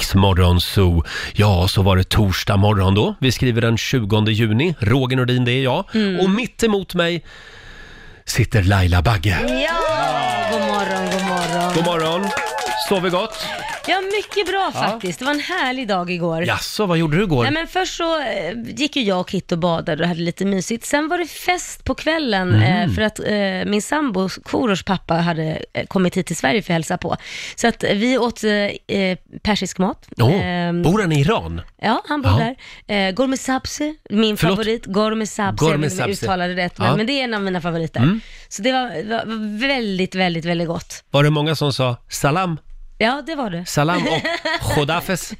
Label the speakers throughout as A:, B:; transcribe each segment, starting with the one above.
A: Riksmorgon Zoo. Ja, så var det torsdag morgon då. Vi skriver den 20 juni. Roger Nordin, det är jag.
B: Mm.
A: Och mitt emot mig sitter Laila Bagge.
B: Ja, god morgon, god morgon.
A: God morgon! Sov vi gott?
B: Ja, mycket bra faktiskt. Det var en härlig dag igår.
A: Jaså, vad gjorde du igår?
B: Nej, men först så eh, gick ju jag och Kit och badade och hade lite mysigt. Sen var det fest på kvällen
A: Mm.
B: eh, för att eh, min sambo Korosh pappa hade eh, kommit hit till Sverige för att hälsa på. Så att vi åt eh, eh, persisk mat.
A: Åh,
B: Ehm,
A: bor han i Iran?
B: Ja, han bor
A: Ja.
B: där. Eh, Gorme Sapsi, min
A: Förlåt?
B: favorit. Gorme Sapsi, jag
A: Gorme
B: vet inte om jag
A: Sapsi.
B: uttalade det rätt, men,
A: Ja. Mm.
B: men det är en av mina favoriter. Så det var, var väldigt, väldigt, väldigt gott.
A: Var det många som sa salam,
B: Ja, det var det.
A: salam och chodafes,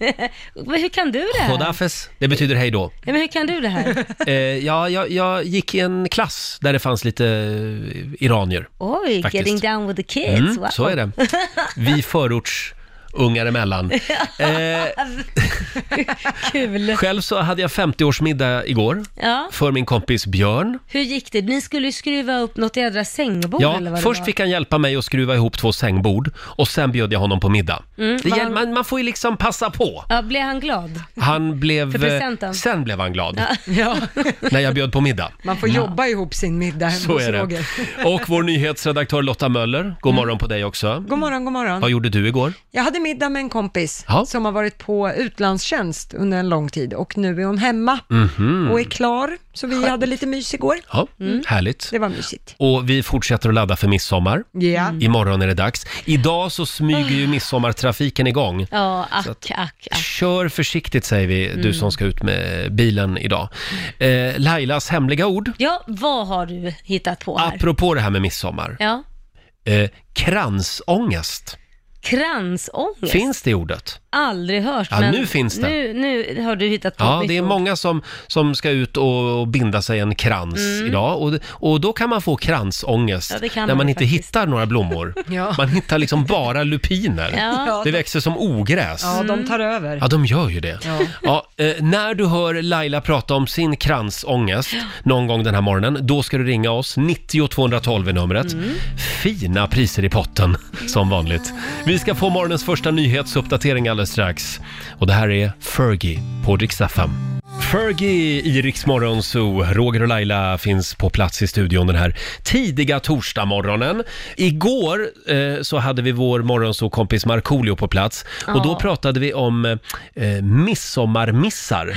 B: Men hur kan du det här?
A: chodafes? Det betyder hej då.
B: Ja, men hur kan du det här?
A: Eh, ja, jag, jag gick i en klass där det fanns lite eh, iranier.
B: Oj,
A: Faktiskt.
B: getting down with the kids.
A: Mm,
B: wow.
A: Så är det. Vi förortsungar emellan. Eh,
B: Kul.
A: själv så hade jag 50-årsmiddag igår
B: Ja,
A: för min kompis Björn.
B: hur gick det? Ni skulle ju skruva upp något jädra sängbord
A: Ja,
B: eller vad det
A: först
B: var.
A: fick han hjälpa mig att skruva ihop två sängbord och sen bjöd jag honom på middag. det
B: Mm. vad
A: gäll-
B: han-
A: man, man får ju liksom passa på.
B: Ja, blev han glad?
A: Han blev...
B: För presenten.
A: eh, Sen blev han glad
C: Ja,
A: när jag bjöd på middag.
C: man får jobba ihop sin middag hemma
A: Så
C: hos
A: är det.
C: Roger.
A: Och vår nyhetsredaktör Lotta Möller,
B: Mm.
A: god morgon på dig också.
C: God morgon, god morgon.
A: Vad gjorde du igår?
C: Jag hade middag med en kompis
A: Ja.
C: som har varit på utlandstjänst under en lång tid och nu är hon hemma
A: Mhm.
C: och är klar. Så vi hade lite mys igår.
A: Ja,
B: Mm.
A: härligt.
C: Det var mysigt.
A: Och vi fortsätter att ladda för midsommar.
B: Mm.
C: Ja.
A: Imorgon är det dags. Idag så smyger
B: Ah.
A: ju midsommartrafiken igång.
B: Ja, Mm. ack, ack, ack.
A: Kör försiktigt säger vi, du som ska ut med bilen idag. Eh, Lailas hemliga ord,
B: Ja, vad har du hittat på här?
A: apropå det här med midsommar.
B: Ja,
A: Eh, kransångest,
B: kransångest.
A: finns det ordet?
B: Aldrig hört,
A: Ja,
B: men
A: nu finns det.
B: Nu, nu har du hittat på
A: Ja,
B: ett
A: det är
B: nytt
A: många som, som ska ut och, och binda sig en krans idag och, och då kan man få kransångest
B: Mm. Ja, det kan
A: när
B: man
A: man
B: ju
A: inte
B: faktiskt.
A: hittar några blommor.
C: Ja.
A: Man hittar liksom bara lupiner.
B: Ja.
A: Det växer som ogräs.
C: ja, de tar över.
A: Ja, de gör ju det. Ja.
C: Ja.
A: eh, när du hör Laila prata om sin kransångest någon gång den här morgonen, då ska du ringa oss. 90 212 är numret. Fina priser i potten, som vanligt. Vi ska få morgonens första nyhetsuppdatering alldeles strax. Och det här är Fergie på Rix FM. Fergie i Rix Morgon Zoo. Roger och Laila finns på plats i studion den här tidiga torsdagmorgonen. Igår eh, så hade vi vår morgonzoo-kompis Markoolio på plats och då
B: Ja.
A: pratade vi om eh, midsommarmissar.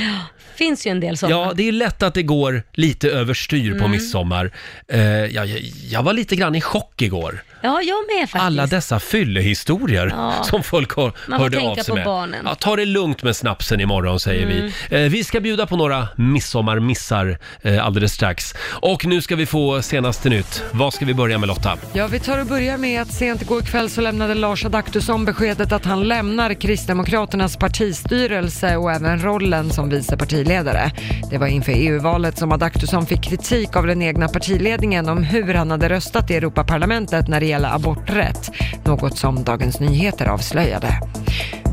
B: finns ju en del sådana.
A: Ja, det är lätt att det går lite överstyr på midsommar. Eh, jag, jag- jag var lite grann i chock igår.
B: Ja, jag med faktiskt.
A: Alla dessa fyllehistorier
B: Ja.
A: som folk har,
B: Man får
A: hörde av
B: tänka
A: sig
B: på
A: med.
B: barnen. Mm.
A: Ja, ta det lugnt med snapsen imorgon säger vi. Eh, vi ska bjuda på några midsommarmissar eh, alldeles strax. Och nu ska vi få senaste nytt. Vad ska vi börja med Lotta?
C: Ja, vi tar och börjar med att sent igår kväll så lämnade Lars Adaktusson beskedet att han lämnar Kristdemokraternas partistyrelse och även rollen som vice partiledare. Det var inför EU-valet som Adaktusson fick kritik av den egna partiledningen om hur han hade röstat i Europaparlamentet när det gäller aborträtt, något som Dagens Nyheter avslöjade.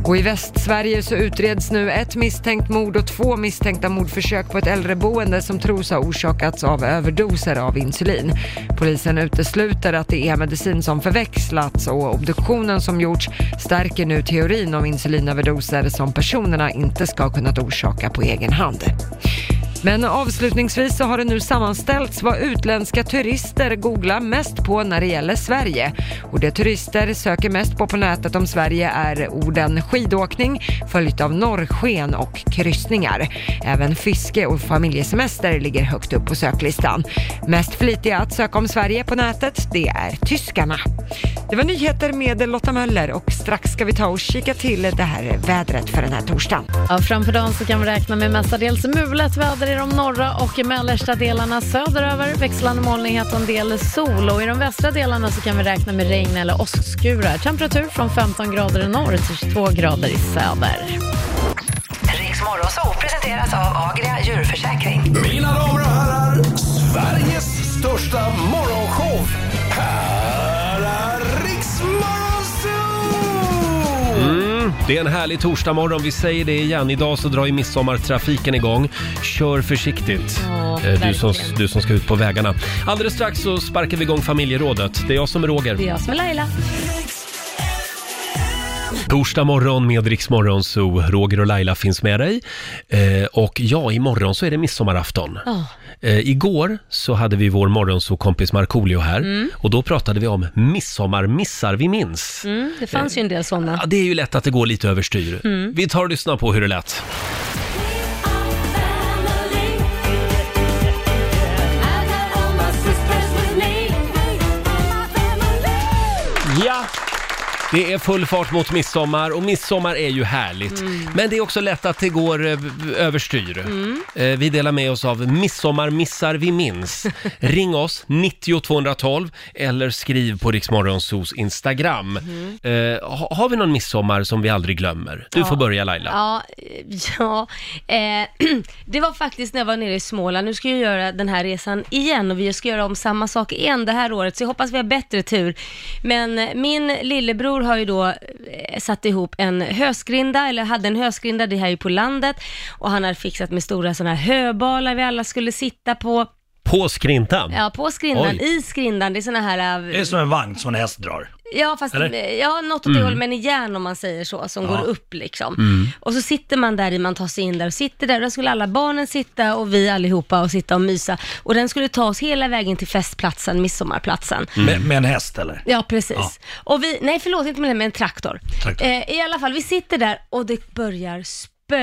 C: Och i Västsverige så utreds nu ett misstänkt mord och två misstänkta mordförsök på ett äldreboende som tros ha orsakats av överdoser av insulin. Polisen utesluter att det är medicin som förväxlats och obduktionen som gjorts stärker nu teorin om insulinöverdoser som personerna inte ska ha kunnat orsaka på egen hand. Men avslutningsvis så har det nu sammanställts vad utländska turister googlar mest på när det gäller Sverige. Och det turister söker mest på på nätet om Sverige är orden skidåkning, följt av norrsken och kryssningar. Även fiske och familjesemester ligger högt upp på söklistan. Mest flitiga att söka om Sverige på nätet, det är tyskarna. Det var nyheter med Lotta Möller och strax ska vi ta och kika till det här vädret för den här torsdagen.
D: Ja, framför dagen så kan vi räkna med mestadels mulet väder i de norra och mellersta delarna söderöver. Växlande molnighet och en del sol. Och i de västra delarna så kan vi räkna med regn eller åskskurar. Temperatur från 15 grader i norr till 22 grader i söder.
E: Riks Morgonzoo presenteras av Agria djurförsäkring.
F: Mina damer och herrar, Sveriges största morgonshow. Här är Riks Morgonzoo!
A: Mm, Det är en härlig torsdagmorgon, vi säger det igen. Idag så drar ju midsommartrafiken igång. Kör försiktigt,
D: Ja,
A: eh, du, som,
D: verkligen.
A: du som ska ut på vägarna. Alldeles strax så sparkar vi igång familjerådet. Det är jag som är Roger.
D: Det är jag som är Laila.
A: Torsdag morgon med Rix Morgon Zoo. Roger och Laila finns med dig. Eh, och ja, imorgon så är det midsommarafton.
B: Ja.
A: Eh, igår så hade vi vår morgonzoo-kompis Markoolio här och då pratade vi om midsommarmissar vi minns.
B: Mm, det fanns ju en del sådana.
A: Ja, det är ju lätt att det går lite överstyr.
B: Mm.
A: Vi tar och lyssnar på hur det lät. Ja! Det är full fart mot midsommar och midsommar är ju härligt.
B: Mm.
A: Men det är också lätt att det går eh, överstyr. Eh, Vi delar med oss av midsommarmissar vi minns. Ring oss, 90 212 eller skriv på Riksmorgonsos Instagram.
B: Mm.
A: Eh, ha- har vi någon midsommar som vi aldrig glömmer? Du får börja Laila.
B: Ja, eh, ja eh, det var faktiskt när jag var nere i Småland. Nu ska jag göra den här resan igen och vi ska göra om samma sak igen det här året, så jag hoppas vi har bättre tur. Men eh, min lillebror har ju då eh, satt ihop en hösgrinda, eller hade en hösgrinda, det här är ju på landet, och han har fixat med stora sådana här höbalar vi alla skulle sitta på.
A: På skrintan?
B: Ja, på skrindan,
A: Oj.
B: i skrindan, det är sådana här... eh,
G: Det är som en vagn som en häst drar.
B: Ja, fast eh,
G: Eller? Mm.
B: ja, något åt det hållet, men i järn om man säger så, som går upp liksom. Och så sitter man där i, man tar sig in där och sitter där. Och där skulle alla barnen sitta och vi allihopa och sitta och mysa. Och den skulle ta oss hela vägen till festplatsen, midsommarplatsen.
G: Med, med en häst eller?
B: Ja, precis. Och vi, nej förlåt, inte med det, med en traktor.
G: Traktor.
B: Eh, I alla fall, vi sitter där och det börjar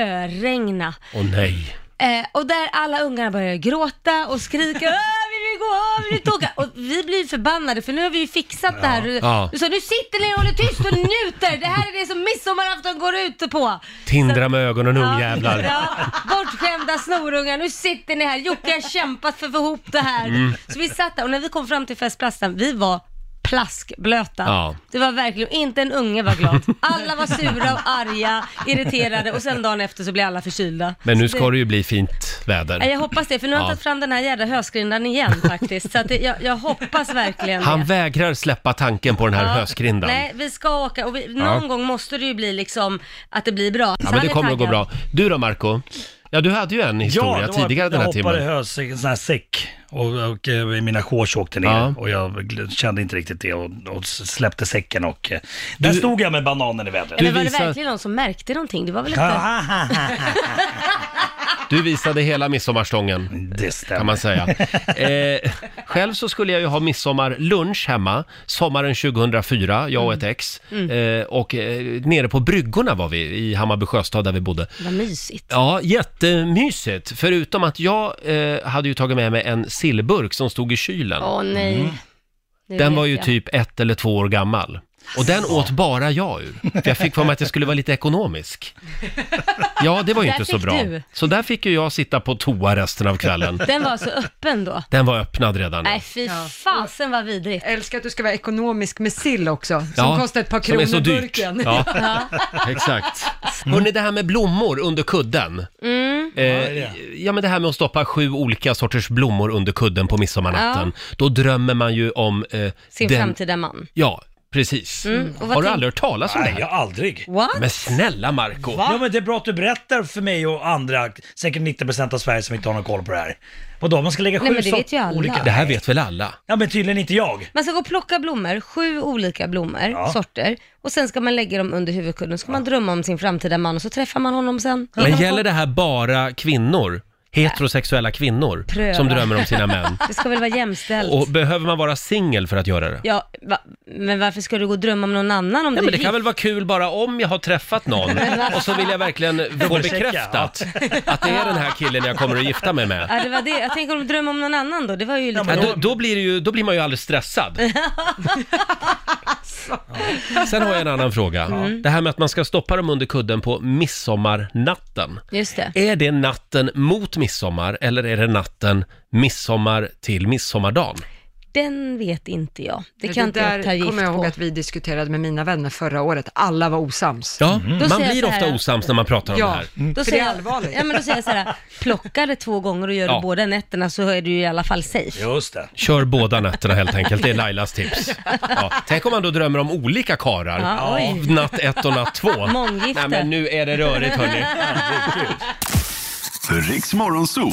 B: spöregna.
A: Åh nej.
B: Eh, och där alla ungarna börjar gråta och skrika "Åh, vi vill gå av, vi vill inte åka. Och vi blir förbannade för nu har vi ju fixat det här.
A: Ja.
B: Så nu sitter ni och håller tyst och njuter. Det här är det som midsommarafton går ut på.
A: Tindra med ögonen ungjävlar.
B: Ja, bortskämda snorungar, nu sitter ni här. Jocke har kämpat för att få ihop det här.
A: Mm.
B: Så vi satt där och när vi kom fram till festplatsen, vi var plaskblöta.
A: Ja.
B: Det var verkligen, inte en unge var glad. Alla var sura och arga, irriterade och sen dagen efter så blev alla förkylda.
A: Men nu
B: Så
A: ska det ju bli fint väder.
B: Nej, Jag hoppas det, för nu har jag
A: Ja.
B: tagit fram den här jädra hösgrindan igen faktiskt. Så att det, jag, jag hoppas verkligen det.
A: Han vägrar släppa tanken på den här
B: Ja.
A: hösgrindan.
B: Nej, vi ska åka och vi, någon gång måste det ju bli liksom att det blir bra.
A: Ja, men det kommer att gå bra. Du då Marco? Ja, du hade ju en historia
G: det var-
A: tidigare den här
G: Jag hoppade i
A: timmen.
G: hös, en sån här säck och, och eh, mina shorts åkte ner
A: Ja.
G: och jag gl- kände inte riktigt det och, och släppte säcken och eh, där stod jag med bananen i vädret.
B: Eller var det
A: visar-
B: verkligen någon som märkte någonting? Det var väl inte...
G: Du...
A: Du visade hela midsommarstången.
G: det
A: Kan man
G: stämmer.
A: säga. Eh, själv så skulle jag ju ha midsommarlunch hemma, sommaren 2004, jag och ett ex. Eh, och eh, nere på bryggorna var vi, i Hammarby sjöstad där vi bodde.
B: Vad mysigt.
A: Ja, jättemysigt. Förutom att jag eh, hade ju tagit med mig en sillburk som stod i kylen.
B: Åh nej. Nu
A: Mm. Den
B: vet
A: var ju
B: jag.
A: typ ett eller två år gammal. Och den åt bara jag ur. För jag fick för mig att jag skulle vara lite ekonomisk. Ja, det var ju
B: Där
A: inte så
B: fick
A: bra.
B: du.
A: Så där fick ju jag sitta på toa resten av kvällen.
B: Den var så öppen då.
A: Den var öppnad redan.
B: Nej, fy fasen vad vidrigt.
C: Jag älskar att du ska vara ekonomisk med sill också, som
A: Ja,
C: kostar ett par
A: som är
C: kronor
A: så dyrt.
C: burken. Mm.
A: Ja, exakt. Hörrni, det här med blommor under kudden.
B: Mm.
A: Eh,
G: är
A: ja, men det här med att stoppa sju olika sorters blommor under kudden på midsommarnatten. Då drömmer man ju om... Eh,
B: Sin
A: den-
B: framtida man.
A: Ja, precis.
B: och vad
A: Har du
B: tänk-
A: aldrig hört talas om det
G: Nej, jag
A: här?
G: aldrig.
B: What?
A: Men snälla Marco
G: Ja men det är bra att du berättar för mig och andra, säkert 90% av Sverige som inte har någon koll på det här. Vadå, man ska lägga sju
B: Nej, men det
G: sort-
B: vet ju alla.
A: Det här vet väl alla?
G: Ja men tydligen inte jag.
B: Man ska gå och plocka blommor, sju olika blommor,
G: Ja.
B: sorter, och sen ska man lägga dem under huvudkudden, så ska man drömma om sin framtida man och så träffar man honom sen.
A: Men gäller det här bara kvinnor? Heterosexuella kvinnor
B: Pröva.
A: som drömmer om sina män?
B: Det ska väl vara jämställt?
A: Och behöver man vara singel för att göra det?
B: Ja, va? men varför ska du gå och drömma om någon annan om
A: Ja,
B: du
A: men
B: är
A: det kan
B: gift?
A: väl vara kul bara om jag har träffat någon och så vill jag verkligen
B: alltså.
A: få
G: Dubbelchecka,
A: bekräftat att det är den här killen jag kommer att gifta mig med.
B: Ja, det var det. Jag tänker om du drömmer om någon annan då, det var ju lite...
A: Ja, då, då, blir det ju, då blir man ju alldeles stressad.
B: alltså.
A: Sen har jag en annan fråga.
B: Mm.
A: Det här med att man ska stoppa dem under kudden på midsommarnatten.
B: Just det.
A: Är det natten mot midsommar eller är det natten midsommar till midsommardagen?
B: Den vet inte jag. Det
C: Men
B: kan inte jag
C: där
B: ta gift
C: kommer jag ihåg
B: på.
C: att vi diskuterade med mina vänner förra året. Alla var osams.
A: Ja,
B: Då
A: Mm. man
B: säger jag
A: blir
B: så här-
A: ofta osams när man pratar om
C: Ja.
A: det här. Mm.
B: Då
C: För
B: säger
C: det är
B: jag-
C: allvarligt.
B: Ja, men då säger jag så här, plocka det två gånger och gör
A: Ja.
B: det båda nätterna så är du ju i alla fall safe.
G: Just det.
A: Kör båda nätterna helt enkelt, det är Lailas tips. Ja. Tänk om man då drömmer om olika karar.
B: Ja, oj.
A: Natt ett och natt två. Nej
B: Månggifte.
A: men nu är det rörigt hörni.
F: Riks Morgonzoo.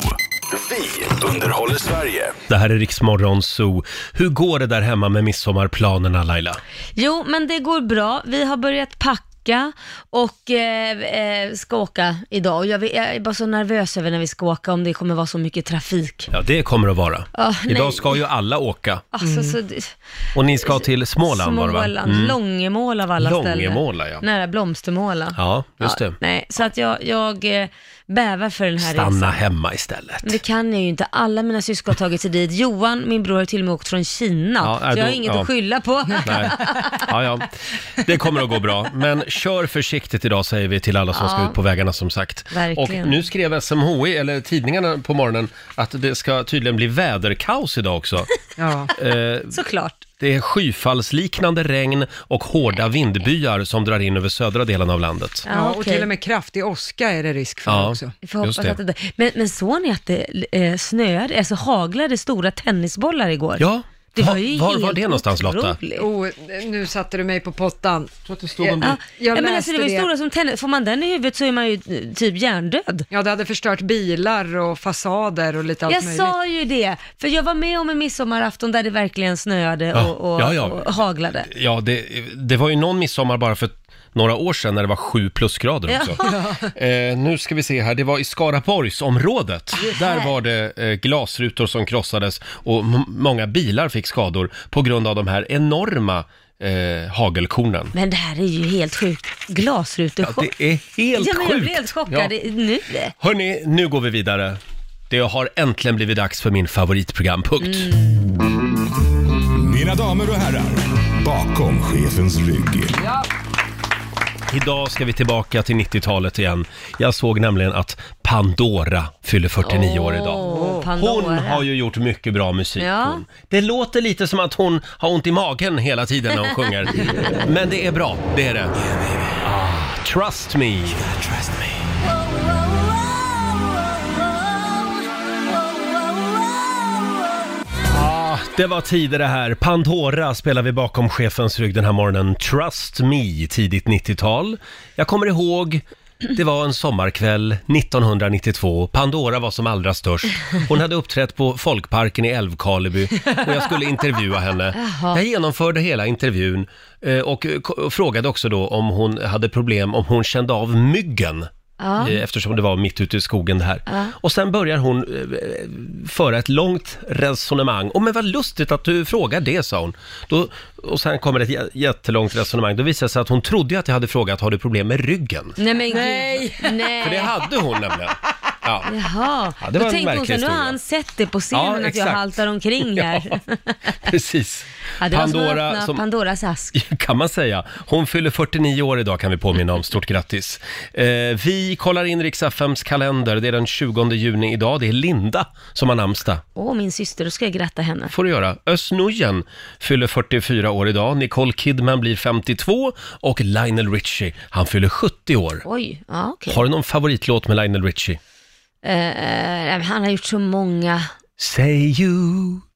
F: Vi underhåller Sverige.
A: Det här är Riksmorgon Zoo. Hur går det där hemma med midsommarplanerna Laila?
B: Jo, men det går bra. Vi har börjat packa vecka och eh, eh, ska åka idag. Och jag, vet- jag är bara så nervös över när vi ska åka, om det kommer vara så mycket trafik.
A: Ja, det kommer att vara.
B: Ja, nej.
A: Idag ska ju alla åka.
B: Alltså,
C: Mm.
B: så, det-
A: Och ni ska till Småland, var det va? Mm.
B: Småland, Långemåla av alla ställen.
A: Långemåla, ja.
B: Nära Blomstermåla.
A: Ja, just
B: Ja,
A: det.
B: nej, så att jag, jag eh, bävar för den här resan.
A: Stanna hemma istället.
B: Men det kan jag ju inte. Alla mina syskon har tagit sig dit. Johan, min bror, har till och med åkt från Kina.
A: Ja,
B: så jag har
A: då-
B: inget
A: ja.
B: att skylla på.
A: Nej. Ja, ja. Det kommer att gå bra, men kör försiktigt idag säger vi till alla som ska
B: Ja.
A: ut på vägarna som sagt.
B: Verkligen.
A: Och nu skrev SMHI, eller tidningarna på morgonen, att det ska tydligen bli väderkaos idag också.
C: Ja.
A: Eh,
B: Såklart.
A: det är skyfallsliknande regn och hårda vindbyar som drar in över södra delen av landet.
B: Ja,
C: Ja, och
B: okej.
C: till och med kraftig åska är det risk för
A: Ja.
C: också.
B: Vi får hoppas
A: Just det.
B: att det inte... Men, men såg ni att det eh, snöade, alltså haglade stora tennisbollar igår?
A: Ja,
B: Det
A: Va-
B: var ju
A: var
B: helt
A: var det någonstans Lotta?
B: otroligt.
C: Oh, nu satte du mig på pottan.
B: Ja,
C: Jag
B: ja, men
C: läste
B: alltså det var ju
C: det.
B: stora som tennis. Får man den i huvudet så är man ju eh, typ hjärndöd.
C: Ja, det hade förstört bilar och fasader och lite allt
B: Jag
C: möjligt.
B: sa ju det, för jag var med om en midsommarafton där det verkligen snöade
A: Ja,
B: och, och,
A: ja, ja.
B: och haglade.
A: Ja, det, det var ju någon midsommar bara för några år sedan när det var sju plusgrader också. Eh, nu ska vi se här, det var i Skaraborgsområdet. Där var det eh, glasrutor som krossades och m- många bilar fick skador på grund av de här enorma eh, hagelkornen.
B: Men det här är ju helt sjukt. Glasrutechock.
A: Ja, det är helt
B: ja, men Jag blev
A: sjukt.
B: helt chockad
A: Ja.
B: i- nu.
A: Hörni, nu går vi vidare. Det har äntligen blivit dags för min favoritprogrampunkt.
B: Mm.
F: Mina damer och herrar, bakom chefens rygg.
A: Idag ska vi tillbaka till 90-talet igen. Jag såg nämligen att Pandora fyller 49 år idag.
B: Åh, Pandora.
A: Hon har ju gjort mycket bra musik.
B: Ja.
A: Hon. Det låter lite som att hon har ont i magen hela tiden när hon sjunger. Men det är bra, det är det. Ah, trust me. Ah, Det var tider det här. Pandora spelar vi bakom chefens rygg den här morgonen. Trust me, tidigt 90-tal. Jag kommer ihåg, det var en sommarkväll 1992. Pandora var som allra störst. Hon hade uppträtt på Folkparken i Älvkarleby och jag skulle intervjua henne. Jag genomförde hela intervjun eh, och eh, ko- och frågade också då om hon hade problem, om hon kände av myggen.
B: Ja.
A: Eh, Eftersom det var mitt ute i skogen det här. Och sen börjar hon eh, föra ett långt resonemang. Och men vad lustigt att du frågar det, sa hon. Då, och sen kommer ett jä- jättelångt resonemang. Då visade det sig att hon trodde ju att jag hade frågat, har du problem med ryggen?
B: Nej men Nej. gud. Nej.
A: För det hade hon nämligen. Ja.
B: Jaha,
A: Ja, det var
B: det då
A: en
B: tänkte hon
A: märklig
B: så här, nu har
A: historia.
B: han sett det på scenen
A: Ja,
B: att jag
A: exakt.
B: haltar omkring här. Ja.
A: Precis.
B: det var som att öppna Pandoras ask.
A: kan man säga. Hon fyller 49 år idag kan vi påminna om. Stort grattis. Eh, vi kollar in Rix FMs kalender. Det är den 20 juni idag. Det är Linda som har namnsdag.
B: Åh, min syster, då ska jag gratta henne.
A: får du göra. Özz Nujen fyller 44 år idag, Nicole Kidman blir 52 och Lionel Richie, han fyller 70 år.
B: Oj, ja okej.
A: Har du någon favoritlåt med Lionel Richie?
B: Eh, nej, men han har gjort så många.
A: Say you,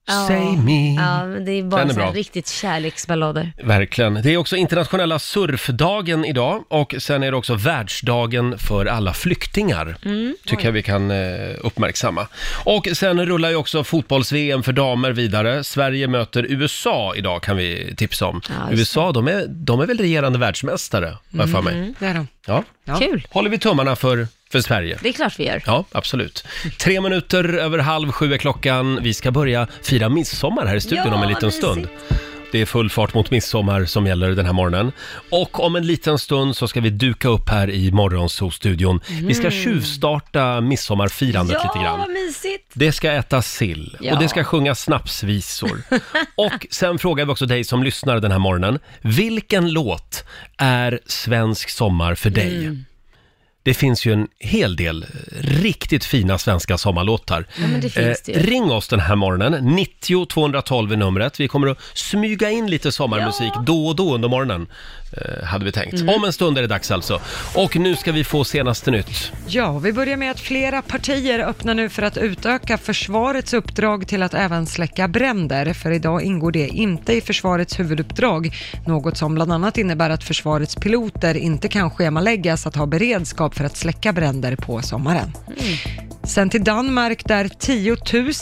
B: Ja.
A: say me.
B: Ja, men det är bara
A: Den är
B: så här
A: Mm. bra.
B: riktigt kärleksballader.
A: Verkligen. Det är också internationella surfdagen idag och sen är det också världsdagen för alla flyktingar.
B: Mm.
A: Tycker jag vi kan eh, uppmärksamma. Och sen rullar ju också fotbolls-VM för damer vidare. Sverige möter USA idag kan vi tipsa om.
B: Ja, just
A: USA, de är, de är väl regerande världsmästare, har jag för mig.
B: Mm.
C: Det är de.
A: Ja.
C: Ja.
B: Kul,
A: Håller vi tummarna för, för Sverige.
B: det är klart vi gör.
A: Ja, absolut. Tre minuter över halv sju är klockan. Vi ska börja fira midsommar här i studion
B: Ja,
A: om en liten
B: mysigt.
A: stund. Det är full fart mot midsommar som gäller den här morgonen. Och om en liten stund så ska vi duka upp här i Morgonzoo-studion. Vi ska tjuvstarta midsommarfirandet
B: Mm. Ja,
A: lite grann.
B: vad mysigt.
A: Det ska ätas sill
B: Ja.
A: och det ska sjungas snapsvisor. och sen frågar vi också dig som lyssnar den här morgonen. Vilken låt är svensk sommar för dig?
B: Mm.
A: Det finns ju en hel del eh, riktigt fina svenska sommarlåtar.
B: Ja, men det finns det
A: Eh,
B: ju.
A: ring oss den här morgonen, 90 212 är numret. Vi kommer att smyga in lite sommarmusik då och då under morgonen, eh, hade vi tänkt.
B: Mm.
A: Om en stund är det dags alltså. Och nu ska vi få senaste nytt.
C: Ja, vi börjar med att flera partier öppnar nu för att utöka försvarets uppdrag till att även släcka bränder, för idag ingår det inte i försvarets huvuduppdrag, något som bland annat innebär att försvarets piloter inte kan schemaläggas att ha beredskap för att släcka bränder på sommaren. Sen till Danmark där 10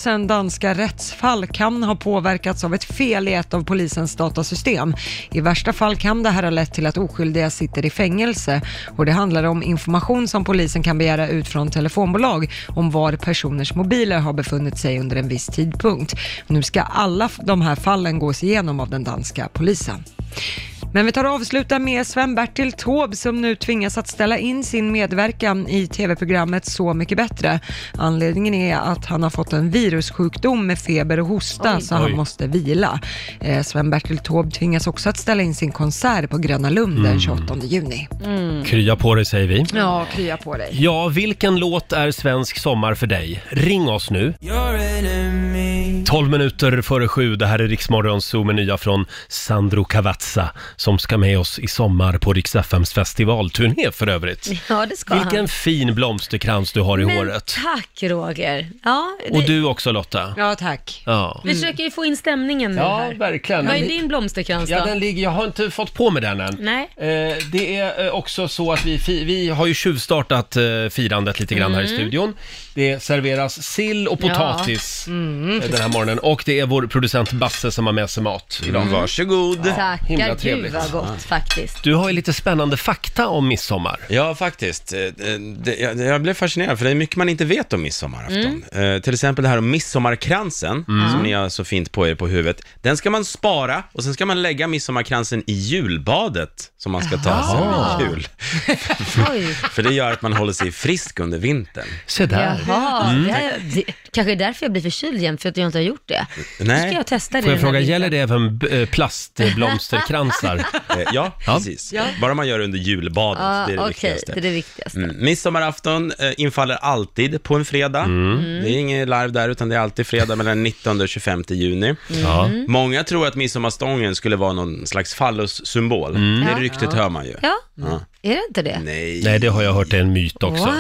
C: 000 danska rättsfall kan ha påverkats av ett fel i ett av polisens datasystem. I värsta fall kan det här ha lett till att oskyldiga sitter i fängelse och det handlar om information som polisen kan begära ut från telefonbolag om var personers mobiler har befunnit sig under en viss tidpunkt. Nu ska alla f- de här fallen gås igenom av den danska polisen. Men vi tar och avslutar med Sven-Bertil Taube som nu tvingas att ställa in sin medverkan i tv-programmet Så mycket bättre. Anledningen är att han har fått en virussjukdom med feber och hosta så han
A: Oj.
C: måste vila. Eh, Sven-Bertil Taube tvingas också att ställa in sin konsert på Gröna Lund
A: Mm.
C: den 28 juni.
B: Mm.
A: Krya på dig säger vi.
C: Ja, krya på dig.
A: Ja, vilken låt är svensk sommar för dig? Ring oss nu. 12 minuter före sju, det här är Riksmorgon Zoo med nya från Sandro Cavazza som ska med oss i sommar på Rix FMs festivalturné för övrigt.
B: Ja, det ska
A: Vilken
B: han.
A: fin blomsterkrans du har i
B: Men
A: håret.
B: tack Roger. Ja, det,
A: Och du också Lotta.
C: Ja, tack.
A: Ja.
B: Vi försöker ju få in stämningen nu här.
A: verkligen.
B: Vad är din blomsterkrans då?
A: Ja, den ligger, jag har inte fått på mig den än.
B: Nej.
A: Eh, det är eh, också så att vi, fi- vi har ju tjuvstartat eh, firandet lite grann
B: Mm.
A: här i studion. Det serveras sill och potatis
B: Mm.
A: eh, den här morgonen. Och det är vår producent Basse som har med sig mat idag.
B: Mm.
H: Varsågod.
A: himla
B: Tackar gud
A: trevligt.
B: vad gott faktiskt.
A: Du har ju lite spännande fakta om midsommar.
H: Ja, faktiskt. Eh, Det, jag, jag blev fascinerad, för det är mycket man inte vet om midsommarafton.
B: Mm.
H: Eh, till exempel det här om midsommarkransen, som ni har så fint på er på huvudet. Den ska man spara och sen ska man lägga midsommarkransen i julbadet, som man ska ta sen vid jul.
B: Oj.
H: För det gör att man håller sig frisk under vintern.
A: Se där.
B: Jaha,
A: Mm,
B: det, här, det kanske är därför jag blir förkyld igen, för att jag inte har gjort det.
H: Nej.
B: Då ska jag testa det
A: Får jag
B: den här
A: fråga,
B: vintern.
A: gäller det även b- eh,
B: Mm.
A: plastblomsterkransar?
H: Eh, ja, precis. Bara man gör det under julbadet,
B: Ja,
H: det är det
B: Okej,
H: viktigaste.
B: det är det viktigaste.
H: Mm. Midsommarafton eh, infaller alltid på en fredag. Det är inget larv där, utan det är alltid fredag mellan 19 och 25 juni.
A: Ja.
H: Många tror att midsommarstången skulle vara någon slags fallossymbol. Det ryktet hör man ju.
B: Ja, är det inte det?
A: Mm,
H: Nej.
A: Nej, det har jag hört är en myt också.
B: What?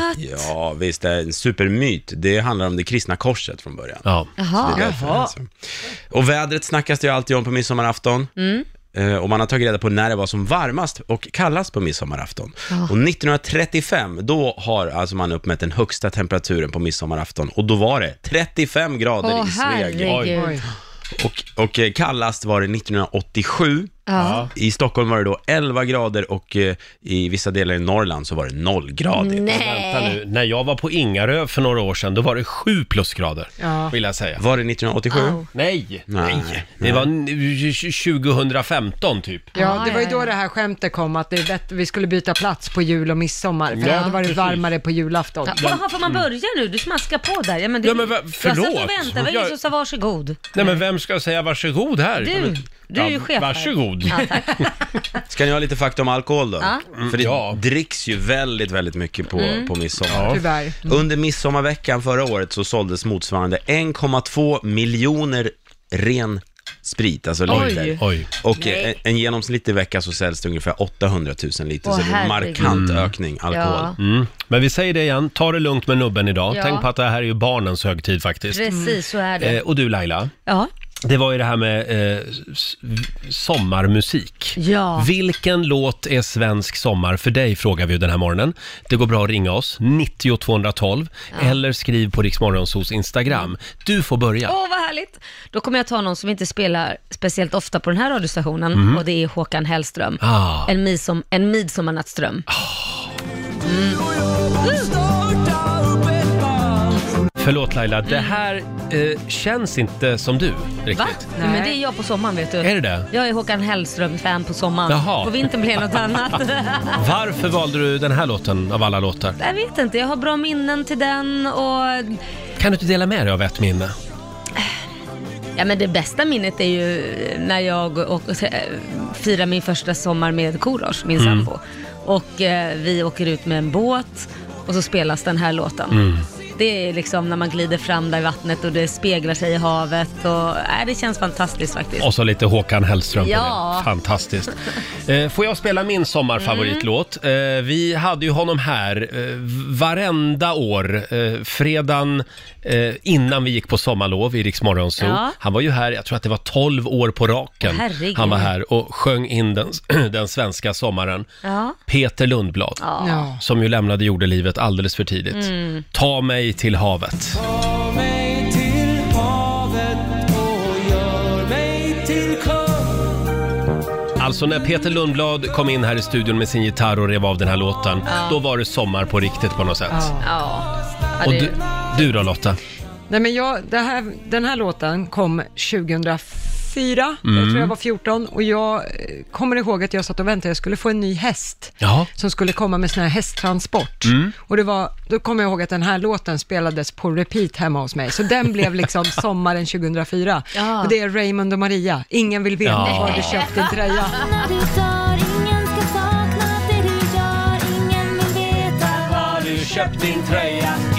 H: Ja, visst, det är en supermyt. Det handlar om det kristna korset från början.
A: Ja.
H: Det är
B: Jaha.
H: därför det är så. Och vädret snackas det ju alltid om på midsommarafton.
B: Mm.
H: Eh, Och man har tagit reda på när det var som varmast och kallast på midsommarafton.
B: Ah.
H: Och 1935, då har alltså man uppmätt den högsta temperaturen på midsommarafton. Och då var det 35 grader
B: Åh
H: i Sveg.
B: herregud.
H: Och, och eh, kallast var det 1987.
B: Ja.
H: I Stockholm var det då 11 grader och eh, i vissa delar i Norrland så var det 0 grader.
A: Vänta
B: Nej.
A: nu, när jag var på Ingarö för några år sedan, då var det sju plusgrader,
C: Ja.
A: vill jag säga.
H: Var det 1987?
B: Au.
A: Nej,
H: Nej.
A: nej. Det var nu- 2015 typ.
C: Ja, det var ju
B: ja,
C: då
B: ja.
C: det här skämtet kom, att det är bättre, vi skulle byta plats på jul och midsommar, för
A: Ja,
C: det hade varit
A: precis.
C: varmare på julafton.
B: Ja, Jaha, får man börja nu? Du smaskar på där. Ja, men det,
A: Ja, men va-
B: Jag
A: förlåt.
B: satt och väntade, det var ingen som sa varsågod.
A: Nej men vem ska säga varsågod här?
B: Du, du är ju chef här.
A: Varsågod.
B: Ja, tack.
H: Ska ni ha lite fakta om alkohol då?
B: Ja. Mm.
H: För det
A: Ja.
H: dricks ju väldigt, väldigt mycket på, på midsommar.
C: Tyvärr.
H: Under midsommarveckan förra året så såldes motsvarande 1,2 miljoner ren sprit, alltså liter.
A: Oj.
H: Och eh, en, en genomsnittlig vecka så säljs det ungefär 800 000 liter,
B: Åh,
H: så det är en
B: herregud.
H: markant ökning alkohol.
B: Ja,
A: Mm. Men vi säger det igen, ta det lugnt med nubben idag.
B: Ja.
A: Tänk på att det här är ju barnens högtid faktiskt.
B: precis så är
A: Eh,
B: det.
A: och du Laila,
B: Ja.
A: det var ju det här med eh, s- sommarmusik.
B: Ja.
A: Vilken låt är svensk sommar för dig, frågar vi ju den här morgonen. Det går bra att ringa oss, 90 212, eller skriv på Riksmorgonsos Instagram. Du får börja.
B: Åh, vad härligt! Då kommer jag ta någon som inte spelar speciellt ofta på den här radiostationen och det är Håkan Hellström.
A: Mhm. Ah.
B: En, midsom, en midsommarnattsdröm.
A: Förlåt Laila, det här eh, känns inte som du riktigt.
B: Va? Nej. Men det är jag på sommaren vet du.
A: Är det det?
B: Jag är Håkan Hellström-fan på sommaren.
A: Jaha.
B: På vintern blir det något annat.
A: Varför valde du den här låten av alla låtar?
B: jag vet inte, jag har bra minnen till den och...
A: Kan du inte dela med dig av ett minne?
B: Ja men det bästa minnet är ju när jag och, och, eh, firar min första sommar med Korosh, min
A: Mm.
B: sambo. Och eh, vi åker ut med en båt och så spelas den här låten.
A: Mm.
B: Det är liksom när man glider fram där i vattnet och det speglar sig i havet och äh, det känns fantastiskt faktiskt.
A: Och så lite Håkan Hellström på
B: Ja.
A: det. Fantastiskt. Eh, Får jag spela min sommarfavoritlåt?
B: Mm.
A: Eh, Vi hade ju honom här eh, varenda år, eh, fredagen eh, innan vi gick på sommarlov i Rix Morgon Zoo.
B: Ja.
A: Han var ju här, jag tror att det var 12 år på raken.
B: Herregud.
A: Han var här och sjöng in den, den svenska sommaren.
B: Ja.
A: Peter Lundblad,
C: Ja.
A: som ju lämnade jordelivet alldeles för tidigt.
B: Mm.
A: Ta mig till havet. Alltså när Peter Lundblad kom in här i studion med sin gitarr och rev av den här låten, då var det sommar på riktigt på något sätt.
B: Ja. Ja,
A: Och
B: det-
A: du, du då Lotta?
C: Nej, men jag, det här, den här låten kom 2004, jag tror jag var 14, och jag eh, kommer ihåg att jag satt och väntade, jag skulle få en ny häst.
A: Ja.
C: som skulle komma med sån här hästtransport. Och det var, då kommer jag ihåg att den här låten spelades på repeat hemma hos mig. Så den blev liksom sommaren 2004.
D: Ja.
C: Och det är Raymond och Maria. Ingen vill veta
A: Ja.
C: var du köpte en tröja.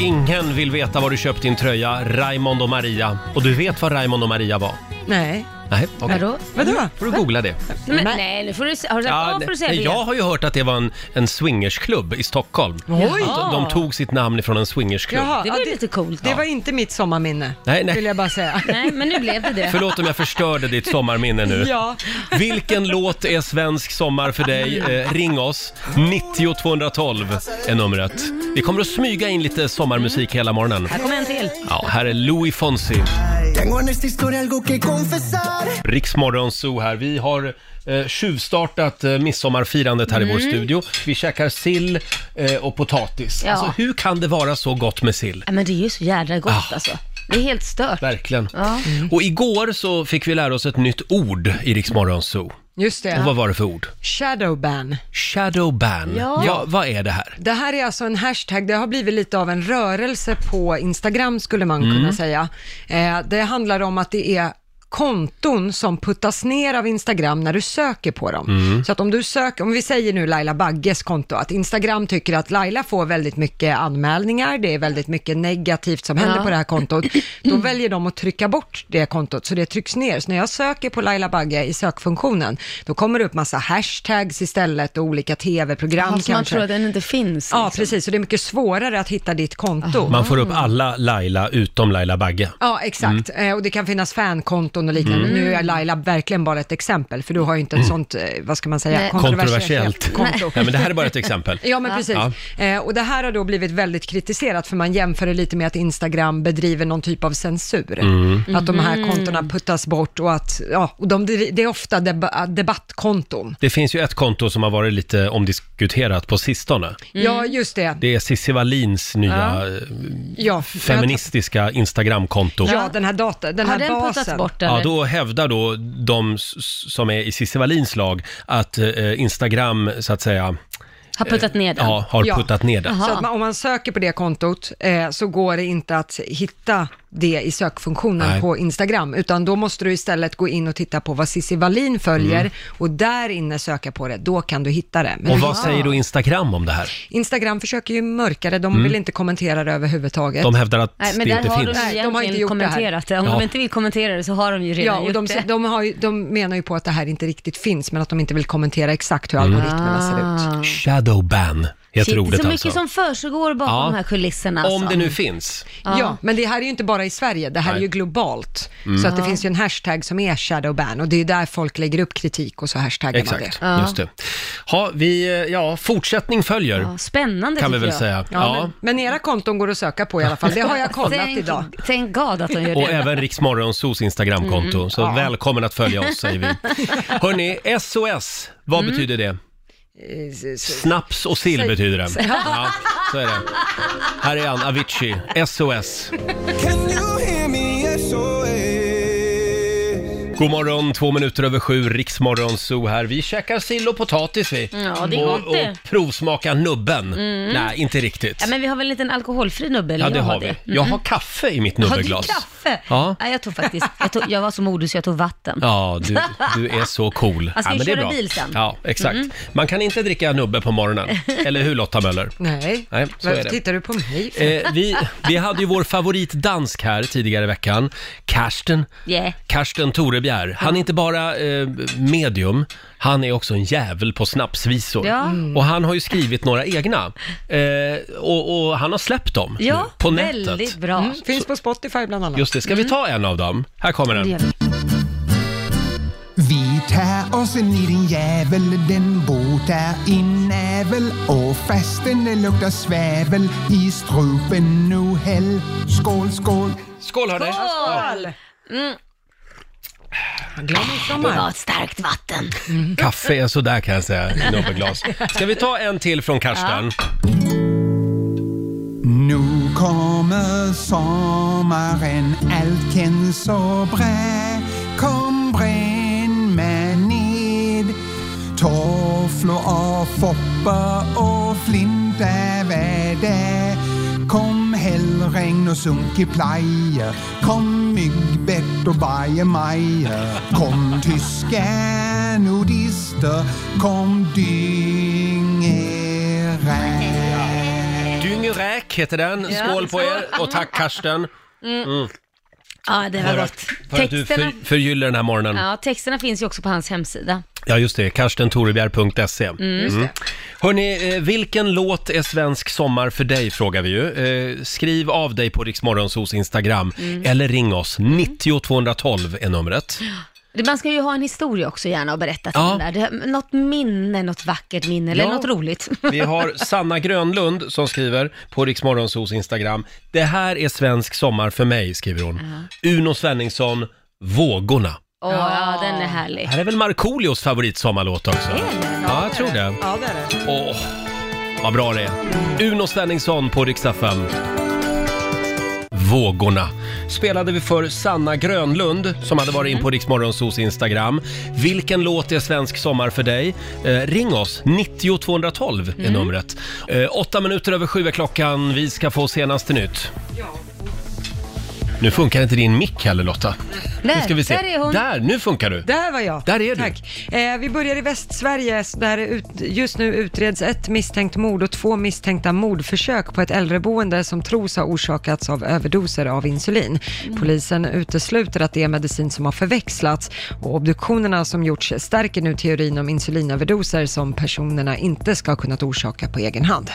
A: Ingen vill veta var du köpt din tröja, Raymond och Maria. Och du vet vad Raymond och Maria var?
C: Nej,
A: Nej, okej.
B: Vadå?
C: vadå?
A: får du googla det.
B: Nej, men, nej, nu får du, se- har du sagt A får du säga
A: nej,
B: B.
A: jag har ju hört att det var en, en swingersklubb i Stockholm.
C: Oj.
B: Ah.
A: De, de tog sitt namn ifrån en swingersklubb.
C: Jaha,
B: Det var
C: ja,
B: ju lite coolt.
C: Det var inte mitt sommarminne,
A: Nej, nej.
C: vill jag bara säga.
B: Nej, men nu blev det det.
A: Förlåt om jag förstörde ditt sommarminne nu.
C: Ja.
A: Vilken låt är svensk sommar för dig? Eh, ring oss. 90 212 är numret. Vi kommer att smyga in lite sommarmusik hela morgonen.
B: Här kommer en till.
A: Ja, här är Louis Fonsi.
F: Tengo en esta historia algo que confesar.
A: Riksmorgon Zoo här. Vi har eh, tjuvstartat eh, midsommarfirandet här i vår studio. Vi käkar sill eh, och potatis.
B: Mm. Ja.
A: Alltså, hur kan det vara så gott med sill?
B: Ja, men det är ju så jädra gott alltså. Det är helt stört.
A: Verkligen. Mm.
B: Ja.
A: Och igår så fick vi lära oss ett nytt ord i Riksmorgon Zoo.
C: Just det.
A: Och vad var det för ord?
C: Shadowban.
A: Shadowban.
B: Ja.
A: Va, vad är det här?
C: Det här är alltså en hashtag, det har blivit lite av en rörelse på Instagram skulle man kunna säga. Eh, det handlar om att det är konton som puttas ner av Instagram när du söker på dem. Så att om du söker, om vi säger nu Laila Bagges konto, att Instagram tycker att Laila får väldigt mycket anmälningar, det är väldigt mycket negativt som händer
B: Ja.
C: på det här kontot, då väljer de att trycka bort det kontot så det trycks ner. Så när jag söker på Laila Bagge i sökfunktionen, då kommer det upp massa hashtags istället och olika tv-program
D: Alltså,
C: kanske.
D: man tror att den inte finns.
C: Ja,
D: liksom.
C: precis. Så det är mycket svårare att hitta ditt konto.
A: Man får upp alla Laila utom Laila Bagge.
C: Ja, exakt. Eh, och det kan finnas fankonton och liknande. Nu är Laila verkligen bara ett exempel, för du har ju inte ett sånt, eh, vad ska man säga,
B: Nej.
A: Kontroversiellt.
C: konto.
A: Nej, men det här är bara ett exempel.
C: Ja, men precis. Eh, och det här har då blivit väldigt kritiserat, för man jämför det lite med att Instagram bedriver någon typ av censur. Att de här kontona puttas bort och att, ja, och de, det är ofta deba- debattkonton.
A: Det finns ju ett konto som har varit lite omdiskuterat på sistone.
C: Ja, just det.
A: Det är Cissi Wallins nya eh,
C: Ja,
A: feministiska Instagramkonto.
C: Ja, den här data, den här
B: Har den puttats
C: basen.
B: bort eller?
A: Ja, då hävdar då de s- s- som är i Cissi Wallins lag att eh, Instagram så att säga
B: Har puttat ner den?
A: ja, har
C: Ja.
A: puttat ner det.
C: Så att man, om man söker på det kontot eh, så går det inte att hitta det i sökfunktionen
A: Nej.
C: på Instagram, utan då måste du istället gå in och titta på vad Cissi Wallin följer och där inne söka på det, då kan du hitta det. Men
A: Mm. Och
C: du-
A: vad säger då Instagram om det här?
C: Instagram försöker ju mörka det, de vill inte kommentera det överhuvudtaget.
A: Mm. De hävdar att
B: Nej, men
A: det
B: där
A: inte
B: har
A: finns.
B: de ju
C: Nej, de har
B: egentligen
C: inte gjort det här.
B: kommenterat det. Om
A: Ja.
B: de inte vill kommentera det så har de ju
C: Ja,
B: redan
C: och de,
B: gjort det.
C: de, har ju, de menar ju på att det här inte riktigt finns, men att de inte vill kommentera exakt hur
A: Mm.
C: algoritmerna ser ut.
A: Shadowban heter
B: Shit,
A: ordet
B: så mycket
A: alltså.
B: som försiggår bakom
A: Ja.
B: de här kulisserna. Alltså.
A: Om det nu finns.
C: Ja. men det här är ju inte bara i Sverige, det här är ju globalt.
A: Mm.
C: Så att det finns ju en hashtag som är shadowban och det är ju där folk lägger upp kritik och så hashtaggar man
A: Exakt,
C: det.
A: just det. Ha, vi, eh, ja, fortsättning följer
B: Ja, spännande
A: kan vi
B: tycker
A: väl
B: jag.
A: säga.
C: Ja,
A: Ja.
C: Men, men era konton går att söka på i alla fall, det har jag kollat
B: Thank,
C: idag.
B: thank God att de gör
A: Och
B: det.
A: även Riksmorgonsos Instagramkonto.
B: Mm.
A: så välkommen att följa oss säger vi. Hörni, SOS, vad
B: Mm.
A: betyder det?
B: Eh,
A: Snaps och sill betyder det. Ja, så är det. Här är han, Avicii, SOS.
F: Can you hear me SOS?
A: God morgon, två minuter över sju, Riksmorgon Zoo här. Vi käkar sill och potatis vi.
B: Mm, Ja, det är
A: och,
B: gott det. Mm.
A: och provsmakar nubben. Nej, inte riktigt.
B: Ja, men vi har väl en liten alkoholfri nubbe? eller
A: Ja, det
B: jag
A: har vi. Jag har kaffe i mitt
B: Har du
A: nubbeglas.
B: Mm. kaffe?
A: Ja.
B: Nej, jag tog faktiskt, jag, tog, jag var så modig så jag tog vatten.
A: Ja, du, du är så cool.
B: Jag ska
A: ja,
B: ju
A: men det är
B: köra
A: bra.
B: bil sen. Mm.
A: Ja, exakt. Man kan inte dricka nubbe på morgonen. Eller hur Lotta Möller?
C: Nej,
A: Nej, så är
C: varför
A: det.
C: tittar du på mig? för?
A: Eh, vi, vi hade ju vår favoritdansk här tidigare i veckan. Karsten,
B: Yeah.
A: Karsten Torebjer. Han är inte bara eh, medium, Han är också en jävel på snapsvisor.
B: Ja. Mm.
A: Och han har ju skrivit några egna. Eh, och, och han har släppt dem
B: Ja,
A: nu, på nätet.
B: väldigt bra. Mm.
C: Finns på Spotify bland annat.
A: Just det, ska vi ta en av dem? Här kommer
B: Det
A: den.
B: gör vi.
I: Vi tar oss en liten jävel, den botar i nävel och fastän det luktar svävel i strupen nu häll. Skål, skål!
A: Skål hörni!
C: Glad midsommar.
B: Mm. Det var ett starkt vatten.
A: Kaffe är sådär kan jag säga, i glas. Ska vi ta en till från Karsten?
I: Nu kommer sommaren, allt känns så bra. Kom bränn mig ned. Tofflor och foppar och flinta väder. Kom hällregn och sunkig pleje. Kom myggbett och bajamaja. Kom tyska nudister. Kom dyngräv.
A: Dyngeräk heter den. Skål på er och tack Karsten
B: Ja, det var
A: för
B: gott.
A: att, för att du
B: Texterna,
A: för, förgyller den här morgonen.
B: ja, texterna finns ju också på hans hemsida.
A: Ja, just det. KarstenTorebjer.se. Mm. Hörni, vilken låt är svensk sommar för dig, frågar vi ju. Eh, Skriv av dig på Riksmorgonsos Instagram
B: Mm.
A: eller ring oss. 90 212 är numret.
B: Det- Man ska ju ha en historia också gärna att berätta till
A: Ja.
B: den där. Det, något minne, något vackert minne eller
A: Ja.
B: något roligt.
A: Vi har Sanna Grönlund som skriver på Riksmorgonsos Instagram. Det här är svensk sommar för mig, skriver hon. Uno Svenningsson, Vågorna.
B: Åh, ja, den är härlig.
A: Det här är väl Markoolios favoritsommarlåt också? Ja, jag tror det.
C: Ja, det är det.
A: Åh, vad bra det är. Uno Svenningsson på Riksdagen. Vågorna spelade vi för Sanna Grönlund som hade varit in
B: Mm.
A: på Riksmorgonsos Instagram. Vilken låt är svensk sommar för dig? Eh, ring oss, 90 212 är
B: Mm.
A: numret. Eh, åtta minuter över sju är klockan. Vi ska få senaste nytt. Nu funkar inte din mick heller Lotta.
B: Där,
A: Nu ska vi se.
B: där är hon.
A: Där, nu funkar du.
C: Där var jag.
A: Där är du.
C: Tack. Eh, vi börjar i Västsverige så där är ut, just nu utreds ett misstänkt mord och två misstänkta mordförsök på ett äldreboende som tros ha orsakats av överdoser av insulin. Polisen utesluter att det är medicin som har förväxlats och obduktionerna som gjorts stärker nu teorin om insulinöverdoser som personerna inte ska ha kunnat orsaka på egen hand.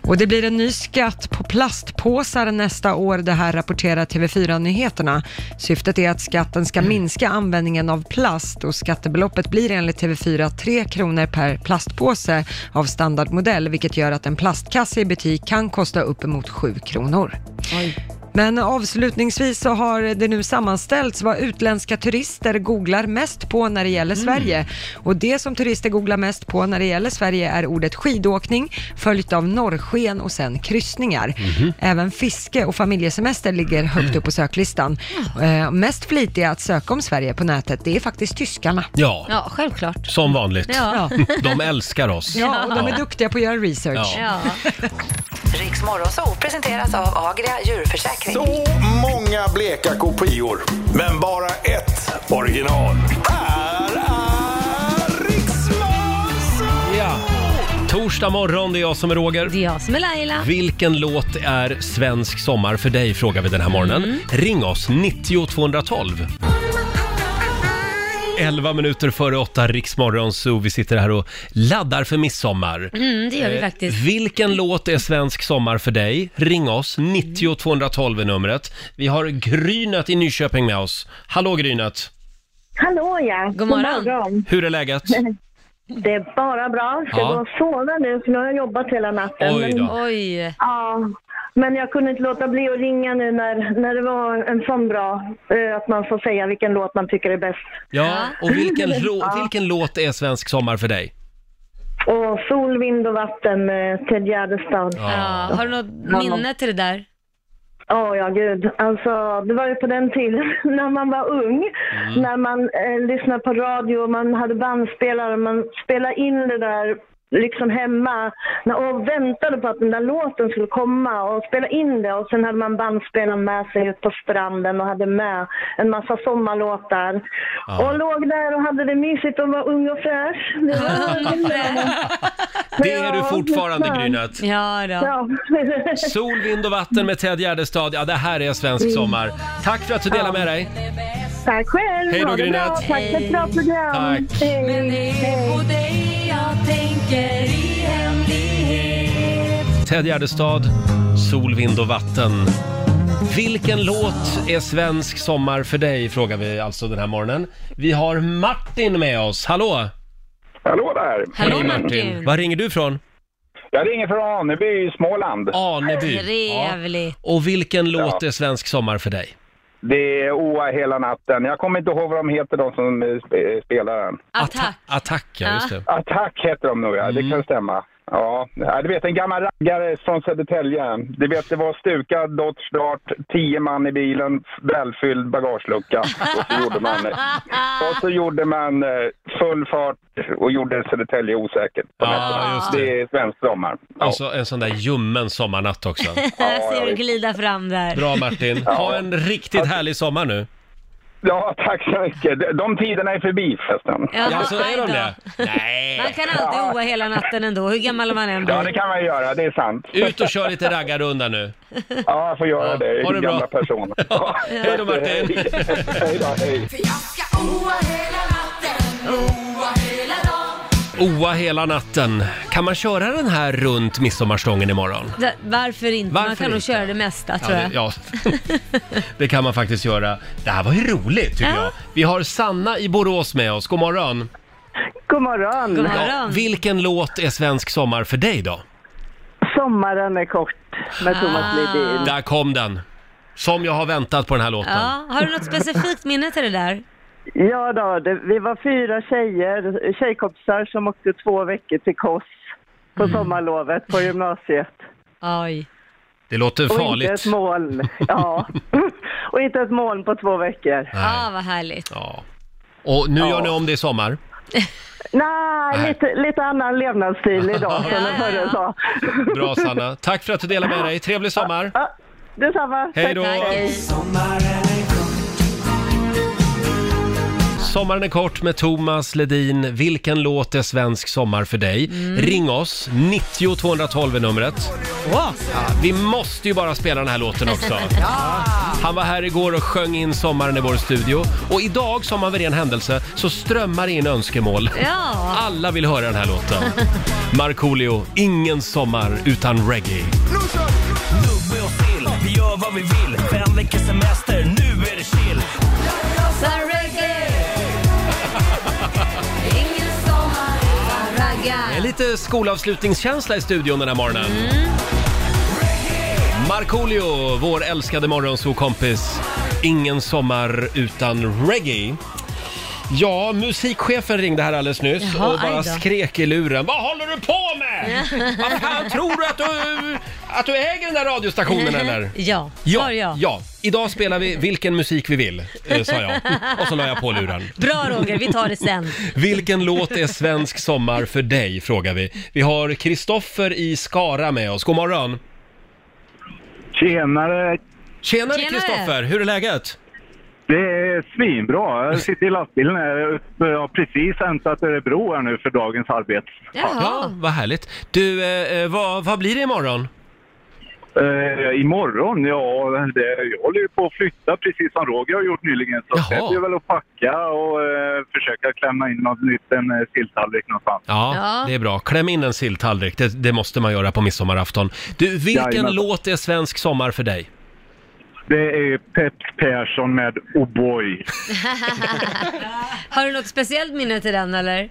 C: Och det blir en ny skatt på plastpåsar nästa år, det här rapporterar TV4 Nyheterna. Syftet är att skatten ska minska användningen av plast och skattebeloppet blir enligt TV4 3 kronor per plastpåse av standardmodell, vilket gör att en plastkasse i butik kan kosta uppemot 7 kronor. Men avslutningsvis så har det nu sammanställts vad utländska turister googlar mest på när det gäller Sverige. Och det som turister googlar mest på när det gäller Sverige är ordet skidåkning, följt av norrsken och sen kryssningar. Även fiske och familjesemester ligger högt upp på söklistan. Eh, mest flitiga att söka om Sverige på nätet, det är faktiskt tyskarna.
A: Ja,
B: Ja, självklart.
A: som vanligt.
B: Ja.
A: De älskar oss.
C: Ja, och de är duktiga på att göra research.
A: Ja.
B: ja.
E: Riks Morgonzoo presenteras av Agria djurförsäkring.
F: Så många bleka kopior, men bara ett original. Här är Riksmorgon!
A: Ja. Torsdag morgon, det är jag som är Roger.
B: Det är jag som är Laila.
A: Vilken låt är svensk sommar för dig, frågar vi den här morgonen. Ring oss, 90 212. 11 minuter före 8, Riksmorgon Zoo. Vi sitter här och laddar för midsommar.
B: Mm, det gör vi faktiskt.
A: Vilken låt är svensk sommar för dig? Ring oss, 90 212 är numret. Vi har Grynet i Nyköping med oss. Hallå Grynet!
J: Hallå ja!
B: God morgon.
A: Hur är läget?
J: Det är bara bra. Jag ska
A: Ja.
J: gå och sova nu för nu har jag jobbat hela natten.
A: Oj
J: Men,
A: då.
B: Oj.
J: ja, men jag kunde inte låta bli att ringa nu när, när det var en sån bra, eh, att man får säga vilken låt man tycker är bäst.
A: Ja, och vilken, lå- vilken låt är svensk sommar för dig?
J: Och Sol, vind och vatten med Ted Gärdestad. Ja.
B: Ja, har du något minne till det där?
J: ja, gud. Alltså, det var ju på den tiden när man var ung.
A: Mm.
J: När man eh, lyssnade på radio och man hade bandspelare och man spelade in det där liksom hemma när- och väntade på att den där låten skulle komma och spela in det och sen hade man bandspelaren med sig ut på stranden och hade med en massa sommarlåtar.
A: Ja.
J: Och låg där och hade det mysigt och var ung och fräsch. Det var
A: Det är du
J: Ja,
A: fortfarande
J: nästan.
A: Grynet!
B: Ja, då.
J: ja.
A: Sol, vind och vatten med Ted Gärdestad. Ja, det här är svensk sommar. Tack för att du delar med dig.
J: Tack själv.
A: Hej då,
J: Ha det bra.
A: Grynet.
J: Tack för ett bra program.
A: Tack.
J: Hej. Hej.
A: Ted Gärdestad, Sol, vind och vatten. Vilken låt är svensk sommar för dig? Frågar vi alltså den här morgonen. Vi har Martin med oss. Hallå!
K: Hallå där!
A: Hej, Var ringer du ifrån?
K: Jag ringer från Aneby i Småland.
A: Aneby.
B: Trevligt.
A: Och vilken låt är svensk sommar för dig?
K: Det är OA hela natten. Jag kommer inte ihåg vad de heter, de som eh, sp- spelar den.
B: Attack.
A: Attack, ja, just det.
K: Attack heter de nog, ja.
A: Mm.
K: Det kan stämma. Ja, Ja, du vet en gammal raggare från Södertälje. Du vet, det var stukad Dodge Dart, tio man i bilen, välfylld bagagelucka. Och så gjorde man, och så gjorde man eh, full fart och gjorde Södertälje osäkert. på
A: Ja,
K: nätterna.
A: just
K: det.
A: det.
K: är svensk sommar.
A: Och så en sån där ljummen sommarnatt också.
B: Jag ser den glida fram där.
A: Bra Martin. Ha en riktigt härlig sommar nu.
K: Ja, tack så mycket. De- De tiderna är förbi förresten.
B: Ja, Ja, så är de aj då. det?
A: Nej.
B: Man kan alltid oa hela natten ändå, hur gammal man än blir.
K: Ja, det kan man göra. Det är sant.
A: Ut och kör lite raggarrunda nu.
K: Ja, jag får göra det. Jag
A: ha
K: är
A: det
K: en
A: bra.
K: gammal person. Ja.
A: Hej då Martin!
K: Hej då, hej.
A: Oa hela natten. Kan man köra den här runt midsommarstången imorgon?
B: Da- Varför inte?
A: Varför
B: man kan nog
A: inte?
B: köra det mesta tror jag.
A: Ja, det- ja. det kan man faktiskt göra. Det här var ju roligt tycker
B: Ja.
A: jag. Vi har Sanna i Borås med oss. God morgon!
J: God morgon.
A: Ja, vilken låt är svensk sommar för dig då?
J: Sommaren är kort med Thomas Ledin.
A: Där kom den! Som jag har väntat på den här låten.
B: Ah. Ja, har du något specifikt minne till det där?
J: Ja då, det, vi var fyra tjejer, tjejkompisar som åkte två veckor till Kos på
L: Mm.
J: sommarlovet på gymnasiet.
B: Oj.
A: Det låter
J: Och inte
A: farligt.
J: ett moln. Ja. och inte ett moln på två veckor.
A: Nej.
B: Ja, vad härligt.
A: Ja. Och nu gör ni om det i sommar.
J: Nej,
A: Nej.
J: lite, lite annan levnadsstil idag som den förra sa.
A: Bra Sanna. Tack för att du delade med dig. Trevlig sommar!
J: Ja, detsamma.
A: Hej då.
J: Tack.
A: Sommaren är kort med Thomas Ledin. Vilken låt är svensk sommar för dig?
J: Mm.
A: Ring oss, 90 212 är numret. Ja, vi måste ju bara spela den här låten också. Han var här igår och sjöng in sommaren i vår studio. Och idag, som av en ren händelse, så strömmar det in önskemål.
B: Ja.
A: Alla vill höra den här låten. Markoolio, ingen sommar utan reggae.
F: Nubbe och sill, vi gör vad vi vill. Fem veckors semester, nu är det chill.
A: Det är lite skolavslutningskänsla i studion den här morgonen. Markoolio, vår älskade morgonsokompis. Ingen sommar utan reggae. Ja, musikchefen ringde här alldeles nyss
F: Jaha,
A: och bara
F: aj då.
A: skrek i luren. Vad håller du på med? Vad fan, tror du att du, att du äger den där radiostationen eller?
B: Ja,
A: Ja,
B: svar ja.
A: ja, idag spelar vi vilken musik vi vill, eh, sa jag. Och så la jag på luren.
B: Bra Roger, vi tar det sen.
A: Vilken låt är svensk sommar för dig, frågar vi. Vi har Kristoffer i Skara med oss. God morgon!
L: Tjenare!
A: Tjenare
L: Tjenare.
A: Kristoffer! Hur är läget?
L: Det är svinbra. Jag sitter i lastbilen här. Jag har precis hämtat Örebro här nu för dagens arbete.
A: Ja, vad härligt. Du, eh, eh, vad, vad blir det imorgon?
L: Eh, imorgon, ja, det, jag håller ju på att flytta precis som Roger har gjort nyligen. Så det blir väl att packa och eh, försöka klämma in något nytt, en eh, silltallrik någonstans.
A: Ja, det är bra. Kläm in en silltallrik, det, det måste man göra på midsommarafton. Du, vilken
L: Jajamän.
A: låt är svensk sommar för dig?
L: Det är Peps Persson med O'boy.
B: Har du något speciellt minne till den eller?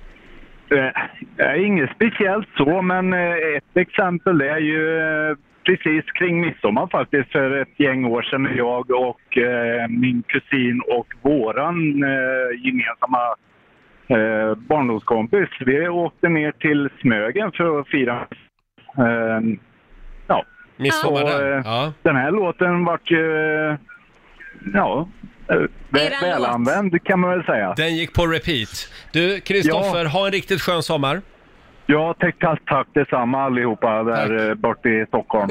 L: Eh, eh, inget speciellt så, men eh, ett exempel är ju eh, precis kring midsommar faktiskt för ett gäng år sedan när jag och eh, min kusin och våran eh, gemensamma eh, barndomskompis, vi åkte ner till Smögen för att fira eh, ja.
A: Midsommar
L: Och,
A: där,
L: eh,
A: ja.
L: Den här låten vart ju eh, ja, eh, väl,
A: Eran låt.
L: välanvänd kan man väl säga.
A: Den gick på repeat. Du, Kristoffer, ha en riktigt skön sommar.
L: Ja, tack, tack, tack detsamma allihopa där eh, bort i Stockholm.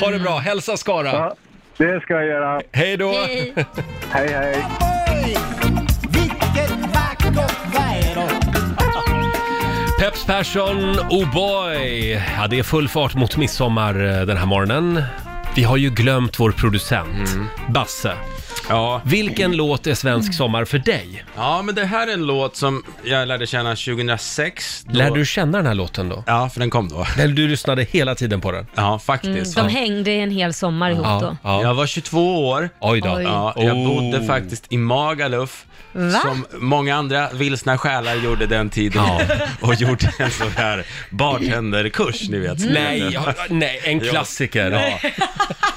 A: Ha det bra, hälsa Skara!
L: Ja, det ska jag göra.
A: Hej då!
L: Hej. hej, hej.
A: Peps Persson, oh boy! Ja, det är full fart mot midsommar eh, den här morgonen. Vi har ju glömt vår producent, Basse.
H: Ja.
A: Vilken låt är Svensk sommar för dig?
H: Ja, men det här är en låt som jag lärde känna 2006. Då...
A: Lärde du känna den här låten då?
H: Ja, för den kom då.
A: Du lyssnade hela tiden på den?
H: Ja,
B: Mm,
H: faktiskt.
B: de
H: Ja.
B: hängde en hel sommar ihop då.
H: Jag var 22 år.
A: Oj
B: då. Oj.
H: Ja, jag
A: Oh.
H: bodde faktiskt i Magaluf.
B: Va?
H: Som många andra vilsna själar gjorde den tiden. Och gjorde en sån här bartenderkurs, ni vet.
A: Nej, ja, nej, en
H: Jo.
A: klassiker.
H: Ja.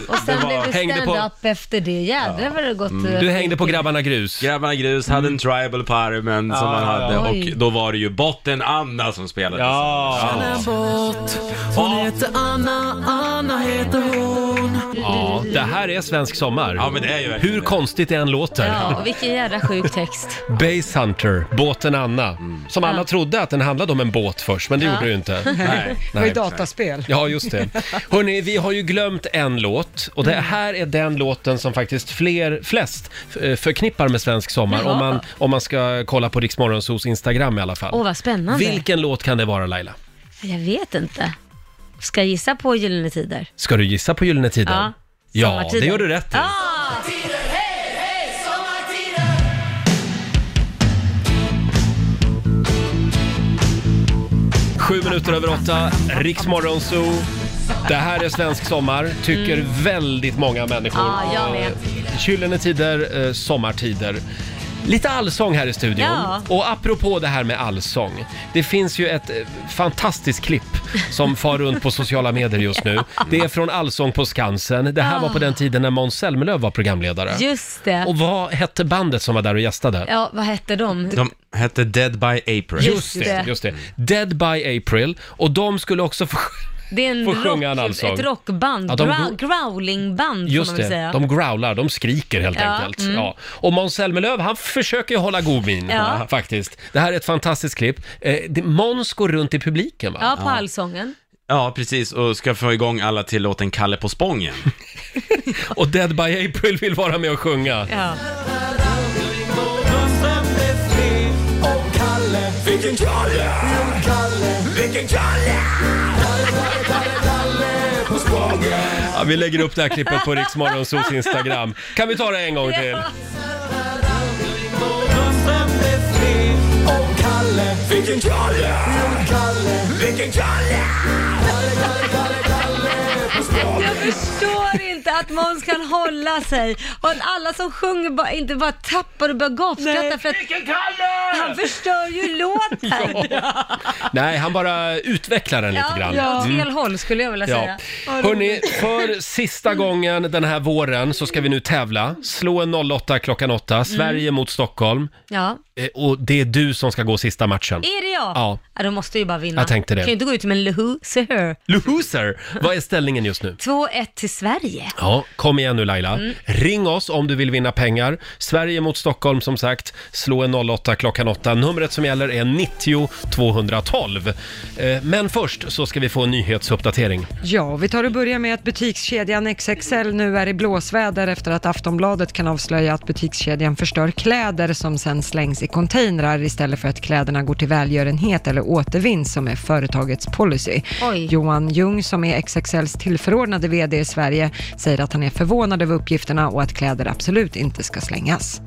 B: Och sen
H: Det
B: blev
H: var-
B: du
H: hängde på-
B: stand-up efter det. Jädrar vad det har gått. eh,
A: på Grabbarna Grus.
H: Grabbarna Grus hade en tribal på armen som
A: Ja,
H: man hade
A: ja.
B: Oj.
H: och då var det ju Botten-Anna som spelade.
A: Ja.
F: Anna Bott. Hon heter Anna, Anna heter hon.
A: Ja, det här är Svensk sommar. Ja,
H: men det är ju verkligen
A: Hur konstigt det än låter.
B: Ja, och vilken jädra sjuk text.
A: Base Hunter, båten Anna. Som alla trodde att den handlade om en båt först, men det
B: Mm. Ja.
A: gjorde det ju inte.
C: Nej. Det var ju dataspel.
A: Ja, just det. Hörni, vi har ju glömt en låt och det
B: Mm.
A: här är den låten som faktiskt fler, flest eh, förknippar med svensk sommar
B: Jaha.
A: om man, om man ska kolla på Rix Morgonzos Instagram i alla fall.
B: Åh, vad spännande.
A: Vilken låt kan det vara Laila?
B: Jag vet inte. Ska jag gissa på Gyllene Tider?
A: Ska du gissa på Gyllene Tider?
B: Ja.
A: ja
B: Sommartider.
A: det gör du rätt i. Sju minuter över åtta, Riksmorgon Zoo. Det här är svensk sommar, tycker väldigt många människor.
B: Mm. Ah, Ja, jag med.
A: Eh, Gyllene tider, eh, sommartider. Lite allsång här i studion.
B: Ja.
A: Och apropå det här med allsång. Det finns ju ett eh, fantastiskt klipp som far runt på sociala medier just nu. Det är från Allsång på Skansen. Det här var på den tiden när Måns Zelmerlöw var programledare.
B: Just det.
A: Och vad hette bandet som var där och gästade?
B: Ja, vad hette de?
H: De hette Dead by April.
A: Just det, just det. Dead by April. Och de skulle också få...
B: Det är en
A: Får sjunga en
B: rock,
A: allsång.
B: ett rockband,
A: Ja, de
B: grou-
A: go-
B: growlingband får
A: Just
B: man väl
A: det,
B: säga.
A: de growlar, de skriker helt
B: Ja,
A: enkelt.
B: mm.
A: Ja. Och Måns Zelmerlöw, han försöker ju hålla god min
B: Ja.
A: faktiskt. Det här är ett fantastiskt klipp. Eh, det- Måns går runt i publiken va?
B: Ja, på allsången.
H: Ja, precis. Och ska få igång alla till låten Kalle på Spången.
A: Och Dead by April vill vara med och sjunga.
B: Ja.
F: Och Kalle, vilken Kalle! Jo, Kalle, vilken Kalle! Kalle, Kalle, Kalle på Spången.
A: Ja, vi lägger upp det här klippet på Riksmorgonsos Instagram. Kan vi ta det en gång till?
F: Och Kalle, vilken Kalle! Jo, Kalle, vilken Kalle! Kalle, Kalle, Kalle, Kalle på Spången.
B: Jag förstår inte att Måns kan hålla sig. Och att alla som sjunger bara, inte bara tappar och börjar gapskratta för att... Han förstör ju låten!
A: Nej, han bara utvecklar den lite
B: Ja,
A: grann.
B: ja. Åt
A: Mm.
B: fel håll skulle jag vilja
A: Ja.
B: säga. Mm.
A: Hörni, för sista gången den här våren så ska vi nu tävla. Slå en 08 klockan 8, Sverige
B: Mm.
A: mot Stockholm.
B: Ja.
A: Eh, Och det är du som ska gå sista matchen.
B: Är det jag?
A: Ja.
B: ja de måste ju bara vinna.
A: Jag tänkte det.
B: Kan ju inte gå ut med en Luhu Seher.
A: Loser! Vad är ställningen just nu?
B: 2-1 till Sverige.
A: Ja, kom igen nu Laila.
B: Mm.
A: Ring oss om du vill vinna pengar. Sverige mot Stockholm som sagt. Slå en 08 klockan 8. Numret som gäller är 90 212. Eh, Men först så ska vi få en nyhetsuppdatering.
C: Ja, vi tar och börjar med att butikskedjan XXL nu är i blåsväder efter att Aftonbladet kan avslöja att butikskedjan förstör kläder som sen slängs i containrar istället för att kläderna går till välgörenhet eller återvinns som är företagets policy. Johan Ljung som är XXLs tillförordnade VD i Sverige säger att han är förvånad över uppgifterna och att kläder absolut inte ska slängas.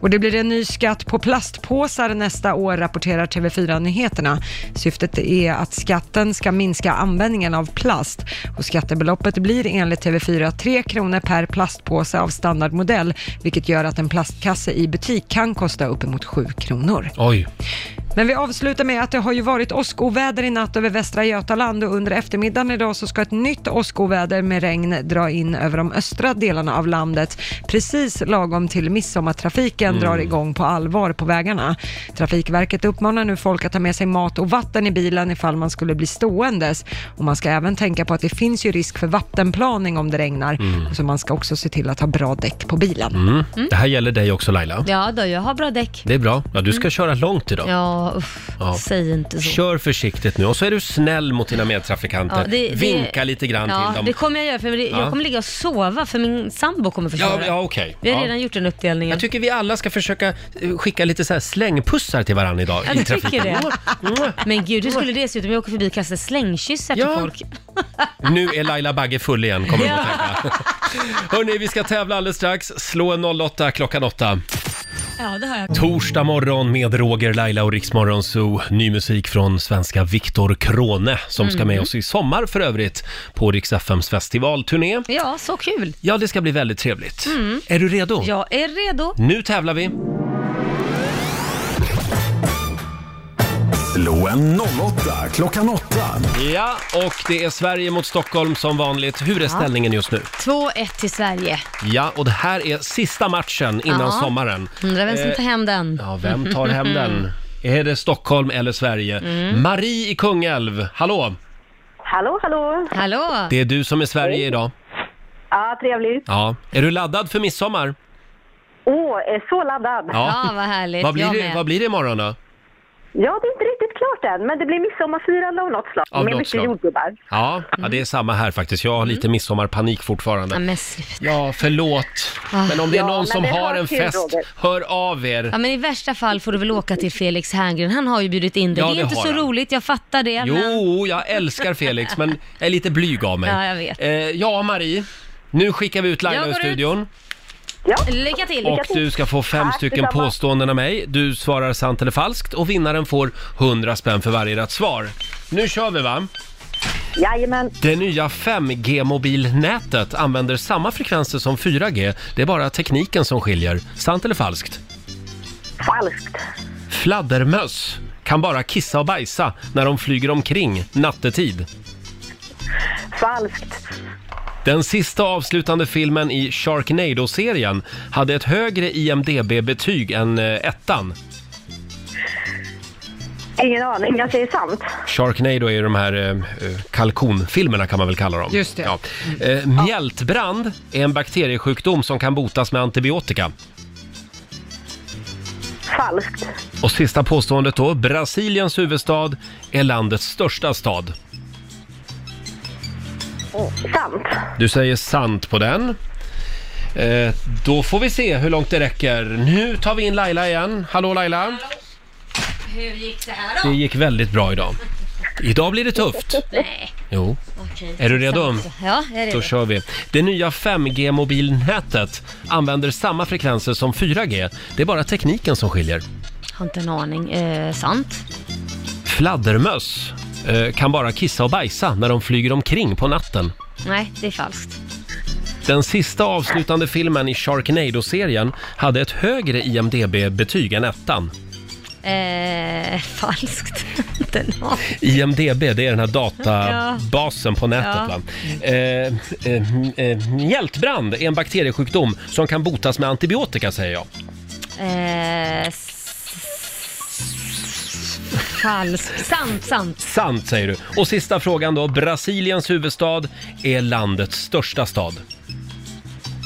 C: Och det blir en ny skatt på plastpåsar nästa år, rapporterar TV4 Nyheterna. Syftet är att skatten ska minska användningen av plast. Och skattebeloppet blir enligt TV4 3 kronor per plastpåse av standardmodell, vilket gör att en plastkasse i butik kan kosta uppemot 7 kronor.
A: Oj.
C: Men vi avslutar med att det har ju varit åskoväder i natt över Västra Götaland och under eftermiddagen idag så ska ett nytt åskoväder med regn dra in över de östra delarna av landet. Precis lagom till midsommartrafiken drar igång på allvar på vägarna. Trafikverket uppmanar nu folk att ta med sig mat och vatten i bilen ifall man skulle bli ståendes. Och man ska även tänka på att det finns ju risk för vattenplaning om det regnar.
A: Mm.
C: Så man ska också se till att ha bra däck på bilen.
A: Mm. Det här gäller dig också Laila.
B: Ja då, jag har Mm. bra däck.
A: Det är bra. Ja, du ska
B: Mm.
A: köra långt idag.
B: Ja, Ja, uff,
A: Ja.
B: säg inte så.
A: Kör försiktigt nu och så är du snäll mot dina medtrafikanter.
B: Ja, det- det-
A: Vinka lite grann
B: ja,
A: till dem.
B: det kommer jag göra. För det-
A: Ja.
B: Jag kommer ligga och sova för min sambo kommer
A: Ja,
B: förstöra.
A: ja okej.
B: Vi har
A: Ja.
B: redan gjort den uppdelningen.
A: Jag tycker vi alla ska försöka eh, skicka lite så här slängpussar till varandra idag
B: Ja,
A: i
B: du tycker
A: trafiken.
B: det? Men gud, hur skulle det se ut om jag åker förbi och kastar slängkyssar till folk?
A: Nu är Laila Bagge full igen, kommer du
B: Ja.
A: att tänka. Hörni, vi ska tävla alldeles strax. Slå en 08 klockan 8.
B: Ja, det har jag.
A: Torsdag morgon med Roger, Laila och Riksmorgon Zoo. Ny musik från svenska Viktor Krone som ska
B: Mm.
A: med oss i sommar för övrigt på Rix FMs festivalturné.
B: Ja, så kul.
A: Ja, det ska bli väldigt trevligt.
B: Mm.
A: Är du redo?
B: Jag är redo.
A: Nu tävlar vi.
F: Slå en 08 klockan 8.
A: Ja, och det är Sverige mot Stockholm som vanligt. Hur är
B: Ja.
A: ställningen just nu?
B: 2-1 till Sverige.
A: Ja, och det här är sista matchen innan
B: Ja.
A: sommaren.
B: Undrar vem som
A: Eh,
B: tar hem den.
A: Ja, vem tar hem den? Är det Stockholm eller Sverige?
B: Mm.
A: Marie i Kungälv, hallå!
M: Hallå, hallå!
B: Hallå!
A: Det är du som är
B: Oh.
A: Sverige idag.
M: Ja, trevligt.
A: Ja. Är du laddad för midsommar?
M: Åh, är så laddad.
A: Vad blir, det, vad blir det imorgon då?
M: Ja, det är inte riktigt klart än, men det blir midsommarfirande av något slag.
A: Av
M: med
A: något
M: mycket
A: slag.
M: jordgubbar.
A: Ja, ja, det är samma här faktiskt. Jag har lite midsommarpanik fortfarande.
B: Mm. Ja, men
A: Ja, förlåt.
B: Ah.
A: Men om det är
B: Ja,
A: någon
B: men
A: som
B: det
A: har
B: hör
A: en
B: till,
A: fest,
B: Roger.
A: hör av er.
B: Ja, men i värsta fall får du väl åka till Felix Herngren. Han har ju bjudit in dig.
A: Ja,
B: det
A: det
B: är inte
A: har
B: så
A: han.
B: roligt, jag fattar det. Men...
A: Jo, jag älskar Felix, men jag är lite blyg av mig.
B: Ja, jag vet.
A: Eh, ja, Marie. Nu skickar vi ut Laila
B: Jag
A: ur
B: går ut.
A: studion.
B: Lycka till!
A: Och du ska få fem stycken påståenden av mig. Du svarar sant eller falskt och vinnaren får 100 spänn för varje rätt svar. Nu kör vi va?
M: Jajamän.
A: Det nya 5G-mobilnätet använder samma frekvenser som 4G. Det är bara tekniken som skiljer. Sant eller falskt?
M: Falskt.
A: Fladdermöss kan bara kissa och bajsa när de flyger omkring nattetid.
M: Falskt.
A: Den sista avslutande filmen i Sharknado-serien hade ett högre IMDB-betyg än eh, ettan.
M: Ingen aning, jag säger sant.
A: Sharknado är ju de här eh, eh, kalkonfilmerna kan man väl kalla dem.
M: Just det. Mm.
A: Ja. Eh, mjältbrand är en bakteriesjukdom som kan botas med antibiotika.
M: Falskt.
A: Och sista påståendet då. Brasiliens huvudstad är landets största stad.
M: Sant.
A: Du säger sant på den. Eh, då får vi se hur långt det räcker. Nu tar vi in Laila igen. Hallå Laila!
B: Hur gick det här
A: Det gick väldigt bra idag. Idag blir det tufft.
B: Nej.
A: Jo.
B: Okej.
A: Är du redo?
B: Sant. Ja, jag är redo.
A: Då kör vi. Det nya 5G-mobilnätet använder samma frekvenser som 4G. Det är bara tekniken som skiljer.
B: Har inte en aning. Eh, sant?
A: Fladdermöss eh, kan bara kissa och bajsa när de flyger omkring på natten.
B: Nej, det är falskt.
A: Den sista avslutande filmen i Sharknado-serien hade ett högre IMDB-betyg än ettan.
B: Eh, falskt. inte en aning.
A: IMDB, det är den här databasen på nätet.
B: Ja.
A: Va? Eh, eh, eh, mjältbrand är en bakteriesjukdom som kan botas med antibiotika, säger jag.
B: Eh, s- falskt. Sant, sant.
A: Sant, säger du. Och sista frågan då. Brasiliens huvudstad är landets största stad.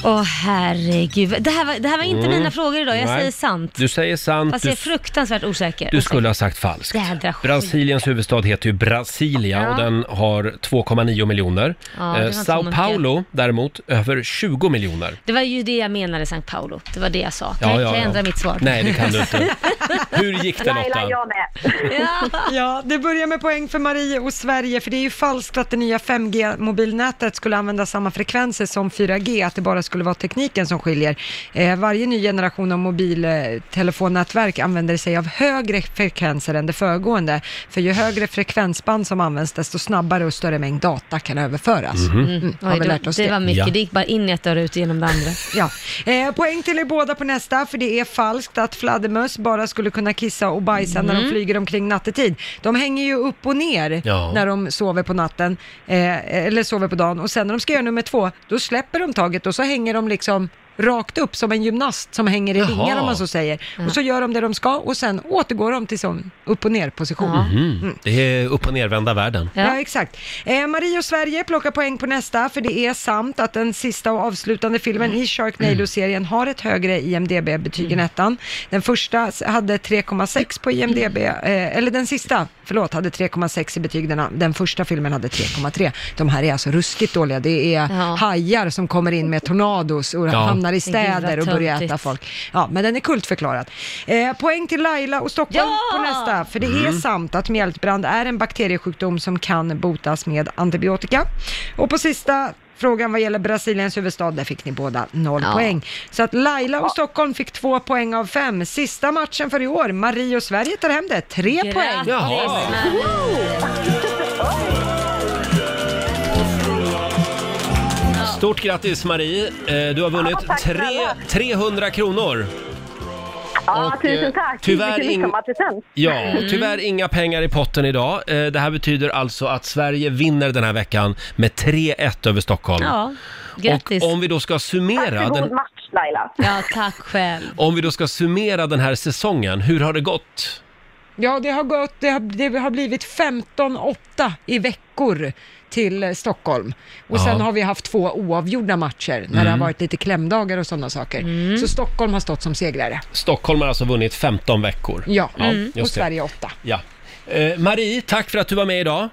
B: Åh herregud. Det här var, det här var inte
A: Mm.
B: mina frågor idag. Jag
A: Nej.
B: säger sant.
A: Du säger sant.
B: Fast
A: Du,
B: jag är fruktansvärt osäker.
A: du skulle ha sagt falskt.
B: Jädra skit.
A: Brasiliens huvudstad heter ju Brasilia
B: Ja.
A: och den har 2,9 miljoner.
B: Ja, det var
A: Eh,
B: inte så
A: Sao
B: mycket.
A: Paulo däremot över 20 miljoner.
B: Det var ju det jag menade, Sankt Paolo. Det var det jag sa.
A: Ja,
B: kan,
A: ja,
B: kan jag
A: ja.
B: ändra mitt svar?
A: Nej, det kan du inte. Hur gick det Lotta?
M: med.
C: ja, det börjar med poäng för Marie och Sverige, för det är ju falskt att det nya 5G-mobilnätet skulle använda samma frekvenser som 4G, att det bara skulle vara tekniken som skiljer. Eh, varje ny generation av mobiltelefonnätverk använder sig av högre frekvenser än det föregående, för ju högre frekvensband som används, desto snabbare och större mängd data kan överföras.
B: Mm. Oj,
C: har vi
B: då-
C: lärt oss
B: det
C: det?
B: var mycket. Det gick bara in i ett öra och ut genom det andra.
C: Ja. Eh, poäng till er båda på nästa, för det är falskt att fladdermöss bara skulle kunna kissa och bajsa när de
B: Mm.
C: flyger omkring nattetid. De hänger ju upp och ner
B: Ja.
C: när de sover på natten, eh, eller sover på dagen, och sen när de ska göra nummer två, då släpper de taget och så hänger de liksom rakt upp som en gymnast som hänger i
A: Jaha.
C: ringar om man så säger. Och så gör de det de ska och sen återgår de till sån upp och ner position.
B: Mm.
A: Mhm. Det är upp och nervända världen.
C: Ja, exakt. Eh, Marie och Sverige plockar poäng på nästa, för det är sant att den sista och avslutande filmen i Sharknado-serien har ett högre IMDB-betyg än ettan. Den första s- hade 3,6 på IMDB, eh, eller den sista, förlåt, hade 3,6 i betyg. Den, den första filmen hade 3,3. De här är alltså ruskigt dåliga. Det är hajar som kommer in med tornados och
N: Ja.
C: hamnar i
N: Gud, vad
C: städer och börjar äta
N: töntigt.
C: folk. Ja, men den är kultförklarad. Eh, poäng till Laila och Stockholm på nästa, för det är
N: Mm.
C: sant att mjältbrand är en bakteriesjukdom som kan botas med antibiotika. Och på sista frågan vad gäller Brasiliens huvudstad, där fick ni båda noll
N: Ja.
C: poäng. Så att Laila och Stockholm fick två poäng av fem. Sista matchen för i år, Marie och Sverige tar hem det, tre poäng.
N: Jaha.
A: Stort grattis Marie! Eh, Du har vunnit
M: Ja, tack
A: tre,
M: snälla.
A: 300 kronor.
M: Ja,
A: eh,
M: tusen tack.
A: tyvärr
M: Tusen
A: ing-
M: present.
A: Ja,
B: Mm.
A: tyvärr inga pengar i potten idag. Eh, Det här betyder alltså att Sverige vinner den här veckan med 3-1 över Stockholm.
B: Ja, grattis.
A: Och om vi då ska summera den,
B: match Laila. Ja, tack själv.
A: om vi då ska summera den här säsongen, hur har det gått?
C: Ja, det har, gått, det har, det har blivit 15-8 i veckor till eh, Stockholm. Och sen
A: Ja.
C: har vi haft två oavgjorda matcher när det har
A: Mm.
C: varit lite klämdagar och sådana saker. Så Stockholm har stått som segrare.
A: Stockholm har alltså vunnit 15 veckor.
C: Ja,
A: just
C: och
A: det.
C: Sverige 8.
A: Ja. Eh, Marie, tack för att du var med idag.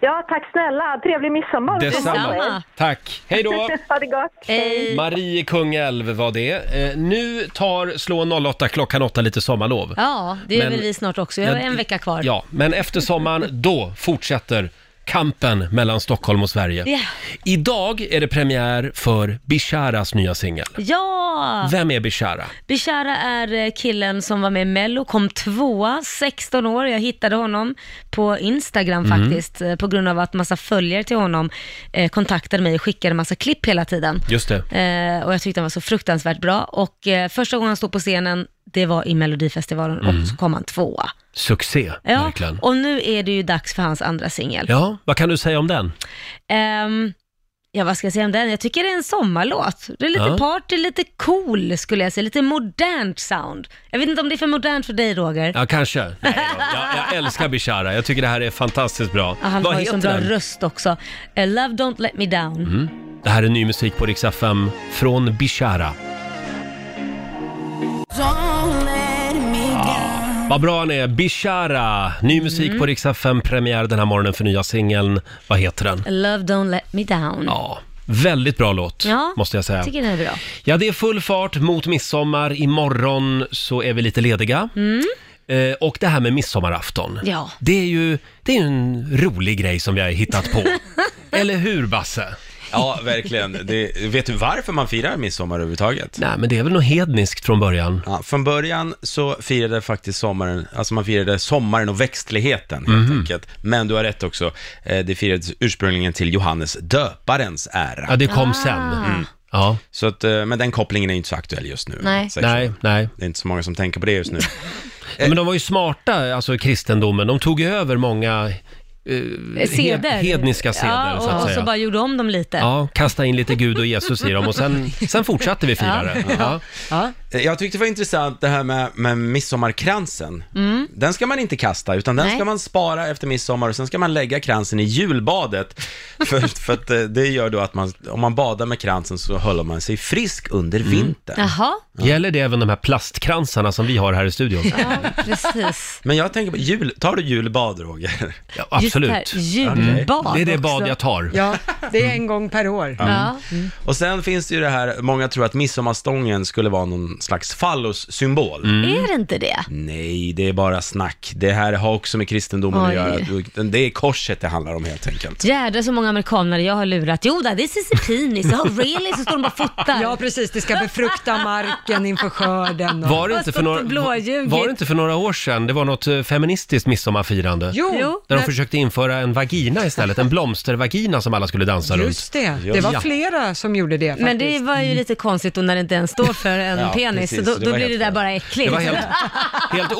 M: Ja, tack snälla. Trevlig midsommar.
A: Tack. Hej då!
M: ha det gott. Hej.
A: Marie Kungälv var det. Eh, nu tar Slå 08 klockan 8 lite sommarlov.
B: Ja, det är
A: Men-
B: väl vi snart också. Jag har en vecka kvar.
A: Ja, men efter sommaren, då fortsätter kampen mellan Stockholm och Sverige.
B: Ja.
A: Idag är det premiär för Bisharas nya singel.
B: Ja!
A: Vem är Bishara?
B: Bishara är eh, killen som var med i Mello, kom tvåa, 16 år. Jag hittade honom på Instagram
A: Mhm.
N: Mm.
B: faktiskt, eh, på grund av att massa följare till honom eh, kontaktade mig och skickade massa klipp hela tiden.
A: Just det.
B: Eh, och jag tyckte han var så fruktansvärt bra. Och eh, första gången han stod på scenen, det var i Melodifestivalen
A: Mm.
B: och så kom han tvåa.
A: Succé,
B: Ja,
A: verkligen.
B: och nu är det ju dags för hans andra singel.
A: Ja, vad kan du säga om den?
B: Ehm, ja, vad ska jag säga om den? Jag tycker det är en sommarlåt. Det är lite
A: Ja.
B: party, lite cool skulle jag säga. Lite modernt sound. Jag vet inte om det är för modernt för dig Roger.
A: Ja, kanske. Nej, då. jag, jag älskar Bishara. Jag tycker det här är fantastiskt bra.
B: Ja, han
A: vad
B: har ju
A: heter
B: sån bra
A: den?
B: röst också. Eh, Love Don't Let Me Down.
A: Mm. Det här är ny musik på Rix FM från Bishara. Ah, Vad bra han är! Bishara! Ny musik
B: Mm.
A: på Rix FM, premiär den här morgonen för nya singeln. Vad heter den?
B: Eh, Love Don't Let Me Down.
A: Ja, Väldigt bra låt,
B: Ja,
A: måste jag säga.
B: jag tycker den är bra.
A: Ja, det är full fart mot midsommar. Imorgon så är vi lite lediga.
B: Mm.
A: Eh, och det här med midsommarafton.
B: Ja.
A: Det är ju det är ju en rolig grej som vi har hittat på. Eller hur, Basse?
H: Ja, verkligen. Det, vet du varför man firar midsommar överhuvudtaget?
A: Nej, men det är väl något hedniskt från början.
H: Ja, från början så firade faktiskt sommaren, alltså man firade sommaren och växtligheten helt
A: Mhm.
H: enkelt. Men du har rätt också, eh, det firades ursprungligen till Johannes döparens ära.
A: Ja, det kom Ah. sen. Ja.
H: Så att, eh, men den kopplingen är ju inte så aktuell just nu.
A: Nej.
H: Säger så.
A: Nej, nej.
H: Det är inte så många som tänker på det just nu.
A: Ja, men de var ju smarta, alltså i kristendomen. De tog ju över många eh,
B: Seder.
A: he- hedniska seder,
B: ja,
A: så att
B: och
A: säga.
B: så bara gjorde om dem lite.
A: Ja, kasta in lite Gud och Jesus i dem och sen, sen fortsatte vi fira det. Ja.
H: Eh, Jag tyckte det var intressant det här med, med midsommarkransen.
N: Mm.
H: Den ska man inte kasta, utan den
N: Nej.
H: ska man spara efter midsommar och sen ska man lägga kransen i julbadet. För, för att eh, det gör då att man, om man badar med kransen så håller man sig frisk under
A: Mm.
H: vintern.
B: Jaha,
A: Gäller det även de här plastkransarna som vi har här i studion?
B: ja, precis.
H: Men jag tänker på jul, tar du julbad Roger?
A: Ja, Mm.
B: absolut. Just det här, julbad
C: Det är det bad också. jag
A: tar.
C: Ja, det är en gång per år.
H: Ja. Och sen finns det ju det här, många tror att midsommarstången skulle vara någon slags fallossymbol.
A: Mm.
B: Är det inte det?
H: Nej, det är bara snack. Det här har också med kristendomen att
B: Oj.
H: göra. Det är korset det handlar om helt enkelt.
B: Jädrar så många amerikaner jag har lurat. Jo, då, this is a penis. Oh, really? Så står de bara och fotar.
C: Ja, precis. Det ska befrukta marken inför skörden. och-
A: Var det, inte för några, var det inte för några år sedan det var något eh, feministiskt midsommarfirande?
C: Jo, Jo.
A: Där de
C: men-
A: försökte införa en vagina istället, en blomstervagina som alla skulle dansa runt.
C: Just det. Det var flera som gjorde det faktiskt.
B: Men det var ju lite konstigt då när det inte ens står för en
A: Ja.
B: penis. penis,
A: Precis,
B: så
A: det
B: då, då
A: var
B: blir det
A: helt
B: där bara äckligt.
A: Det var helt, helt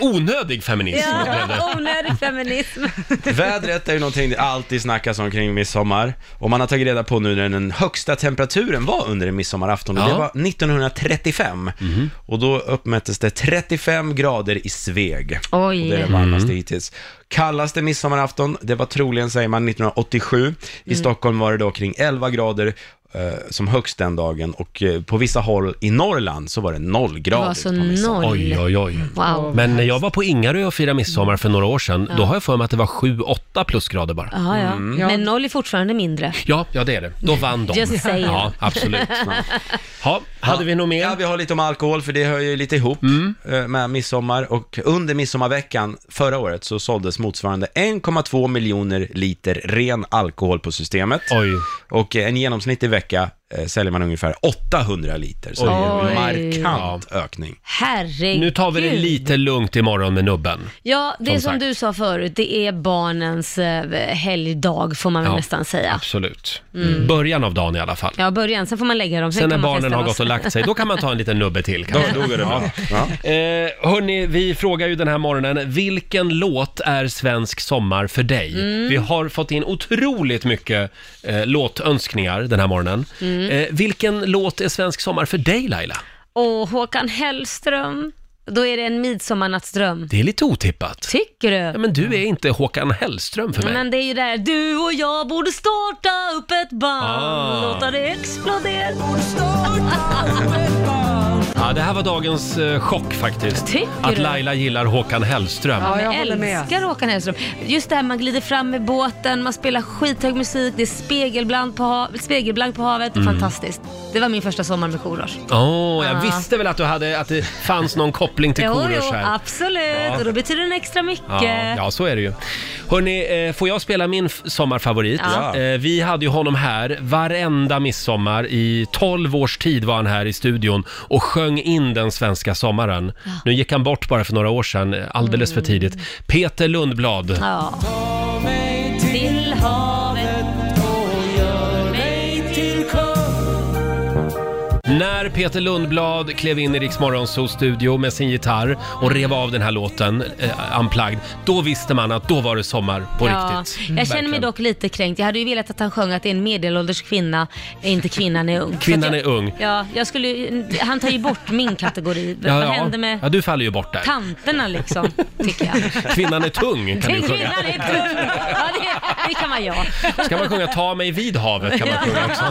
A: on, onödig feminism. blev det.
B: ja, Oh onödig feminism.
H: Vädret är ju någonting det alltid snackas om kring midsommar. Och man har tagit reda på nu när den högsta temperaturen var under en midsommarafton. Och
A: Ja.
H: Det var 1935. Och då uppmättes det 35 grader i Sveg.
B: Oj.
H: Och det är det varmaste hittills. Kallaste midsommarafton, det var troligen, säger man, 1987. I
N: Mm.
H: Stockholm var det då kring 11 grader eh, som högst den dagen. Och eh, på vissa håll i Norrland så var det noll grader.
B: var så noll.
A: Oj, oj, oj.
B: Wow.
A: Men när jag var på Ingarö och firade midsommar för några år sedan,
B: Ja.
A: då har jag för mig att det var 7-8 plusgrader bara.
B: Ja, ja.
A: Mm.
B: Men noll är fortfarande mindre.
A: Ja, ja, det är det. Då vann de.
B: Just saying.
A: Ja, absolut. Ja, hade vi något mer?
H: Ja, vi har lite om alkohol för det hör ju lite ihop eh, med midsommar och under midsommarveckan förra året så såldes motsvarande 1,2 miljoner liter ren alkohol på systemet. Och eh, en genomsnittlig vecka eh, säljer man ungefär 800 liter, så det är
B: Oj.
H: en markant ökning.
B: Herregud.
A: Nu tar vi det lite lugnt imorgon med nubben.
B: Ja, det är
A: Som
B: som
A: sagt.
B: du sa förut, det är barnens eh, helgdag får man väl
A: Ja.
B: nästan säga.
A: Absolut.
B: Mm.
A: Början av dagen i alla fall.
B: Ja, början, sen får man lägga dem.
A: Sen när
B: kan man
A: barnen
B: festa
A: har
B: loss.
A: gått och lagt sig, då kan man ta en liten nubbe till. kanske.
H: Då- då går det bra.
A: Eh, hörni, vi frågar ju den här morgonen, vilken låt är svensk sommar för dig?
N: Mm.
A: Vi har fått in otroligt mycket eh, låtönskningar den här morgonen.
B: Mm.
A: Eh, vilken låt är svensk sommar för dig Laila?
B: Och Håkan Hellström, då är det en midsommarnattsdröm.
A: Det är lite otippat.
B: Tycker du?
A: Ja, men du är inte Håkan Hellström för mig.
B: Men det är ju där, du och jag borde starta upp ett band,
A: Ah.
B: låta det explodera.
A: Ja, det här var dagens eh, chock faktiskt.
B: Tycker
A: att
B: du?
A: Laila gillar Håkan Hellström.
B: Ja, jag älskar Håkan Hellström. Just det här man glider fram med båten, man spelar skithög musik, det är spegelblankt på, hav- spegelblankt på havet.
A: Mm.
B: Fantastiskt. Det var min första sommar med Korosh.
A: Åh, jag
B: Ja.
A: visste väl att, du hade, att det fanns någon koppling till
B: jo,
A: Korosh
B: jo,
A: här.
B: absolut.
A: Ja.
B: Och då betyder den extra mycket.
A: Ja, ja, så är det ju. Hörni, eh, får jag spela min f- sommarfavorit?
B: Ja.
A: Eh, vi hade ju honom här varenda midsommar. I 12 års tid var han här i studion och sjöng in den svenska sommaren. Nu gick han bort bara för några år sedan, eh, alldeles för tidigt. Peter Lundblad.
B: Mm. Ja. Till havet och gör mig till kung.
A: När Peter Lundblad klev in i Rix Morgonzoos studio med sin gitarr och rev av den här låten, eh, Unplugged, då visste man att då var det sommar på riktigt.
B: Jag känner mig
A: Verkligen.
B: dock lite kränkt. Jag hade ju velat att han sjöng att det är en medelålders kvinna, inte kvinnan är ung.
A: Kvinnan
B: Så att jag,
A: är ung.
B: Ja, jag skulle ju- han tar ju bort min kategori.
A: Ja,
B: Vad
A: ja.
B: händer med
A: ja, du faller ju bort där.
B: tanterna liksom?
A: Kvinnan är tung kan du sjunga.
B: Kvinnan är tung. Ja, det, det kan vara jag.
A: Ska man sjunga Ta mig vid havet kan man sjunga också.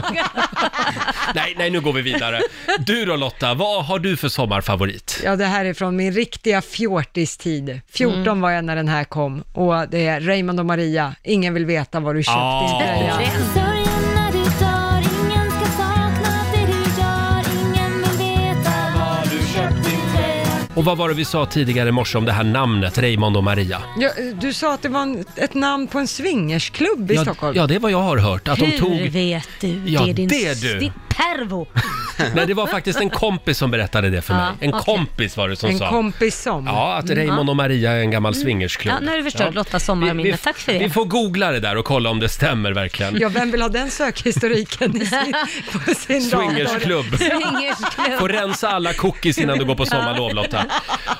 A: Nej, nej, nu går vi vidare. Du då Lotta, vad har du för sommarfavorit?
C: Ja, det här är från min riktiga fjortistid. 14
A: Mm.
C: var jag när den här kom och det är Raymond och Maria, ingen vill veta vad du köpt
A: Ah.
C: din tröja.
A: Och vad var det vi sa tidigare i morse om det här namnet, Raymond och Maria?
C: Ja, du sa att det var en, ett namn på en swingersklubb i
A: Ja,
C: Stockholm.
A: ja, det är vad jag har hört. Att de
B: Hur
A: tog...
B: vet du?
A: Ja,
B: det är din
A: det är du.
B: din pervo.
A: Nej, det var faktiskt en kompis som berättade det för
B: Ja,
A: mig. En
B: okej. Mm,
A: kompis var det som
C: en
A: sa.
C: kompis som.
A: Ja, att Raymond och Maria är en gammal swingersklubb.
B: Ja, nu har du förstört Lottas sommarminne. Tack för det.
A: Vi får googla det där och kolla om det stämmer verkligen.
C: Ja, vem vill ha den sökhistoriken i sin, på sin
A: Swingersklubb.
C: dator? Ja.
B: Swingersklubb.
A: Får rensa alla cookies innan du går på sommarlov Lotta.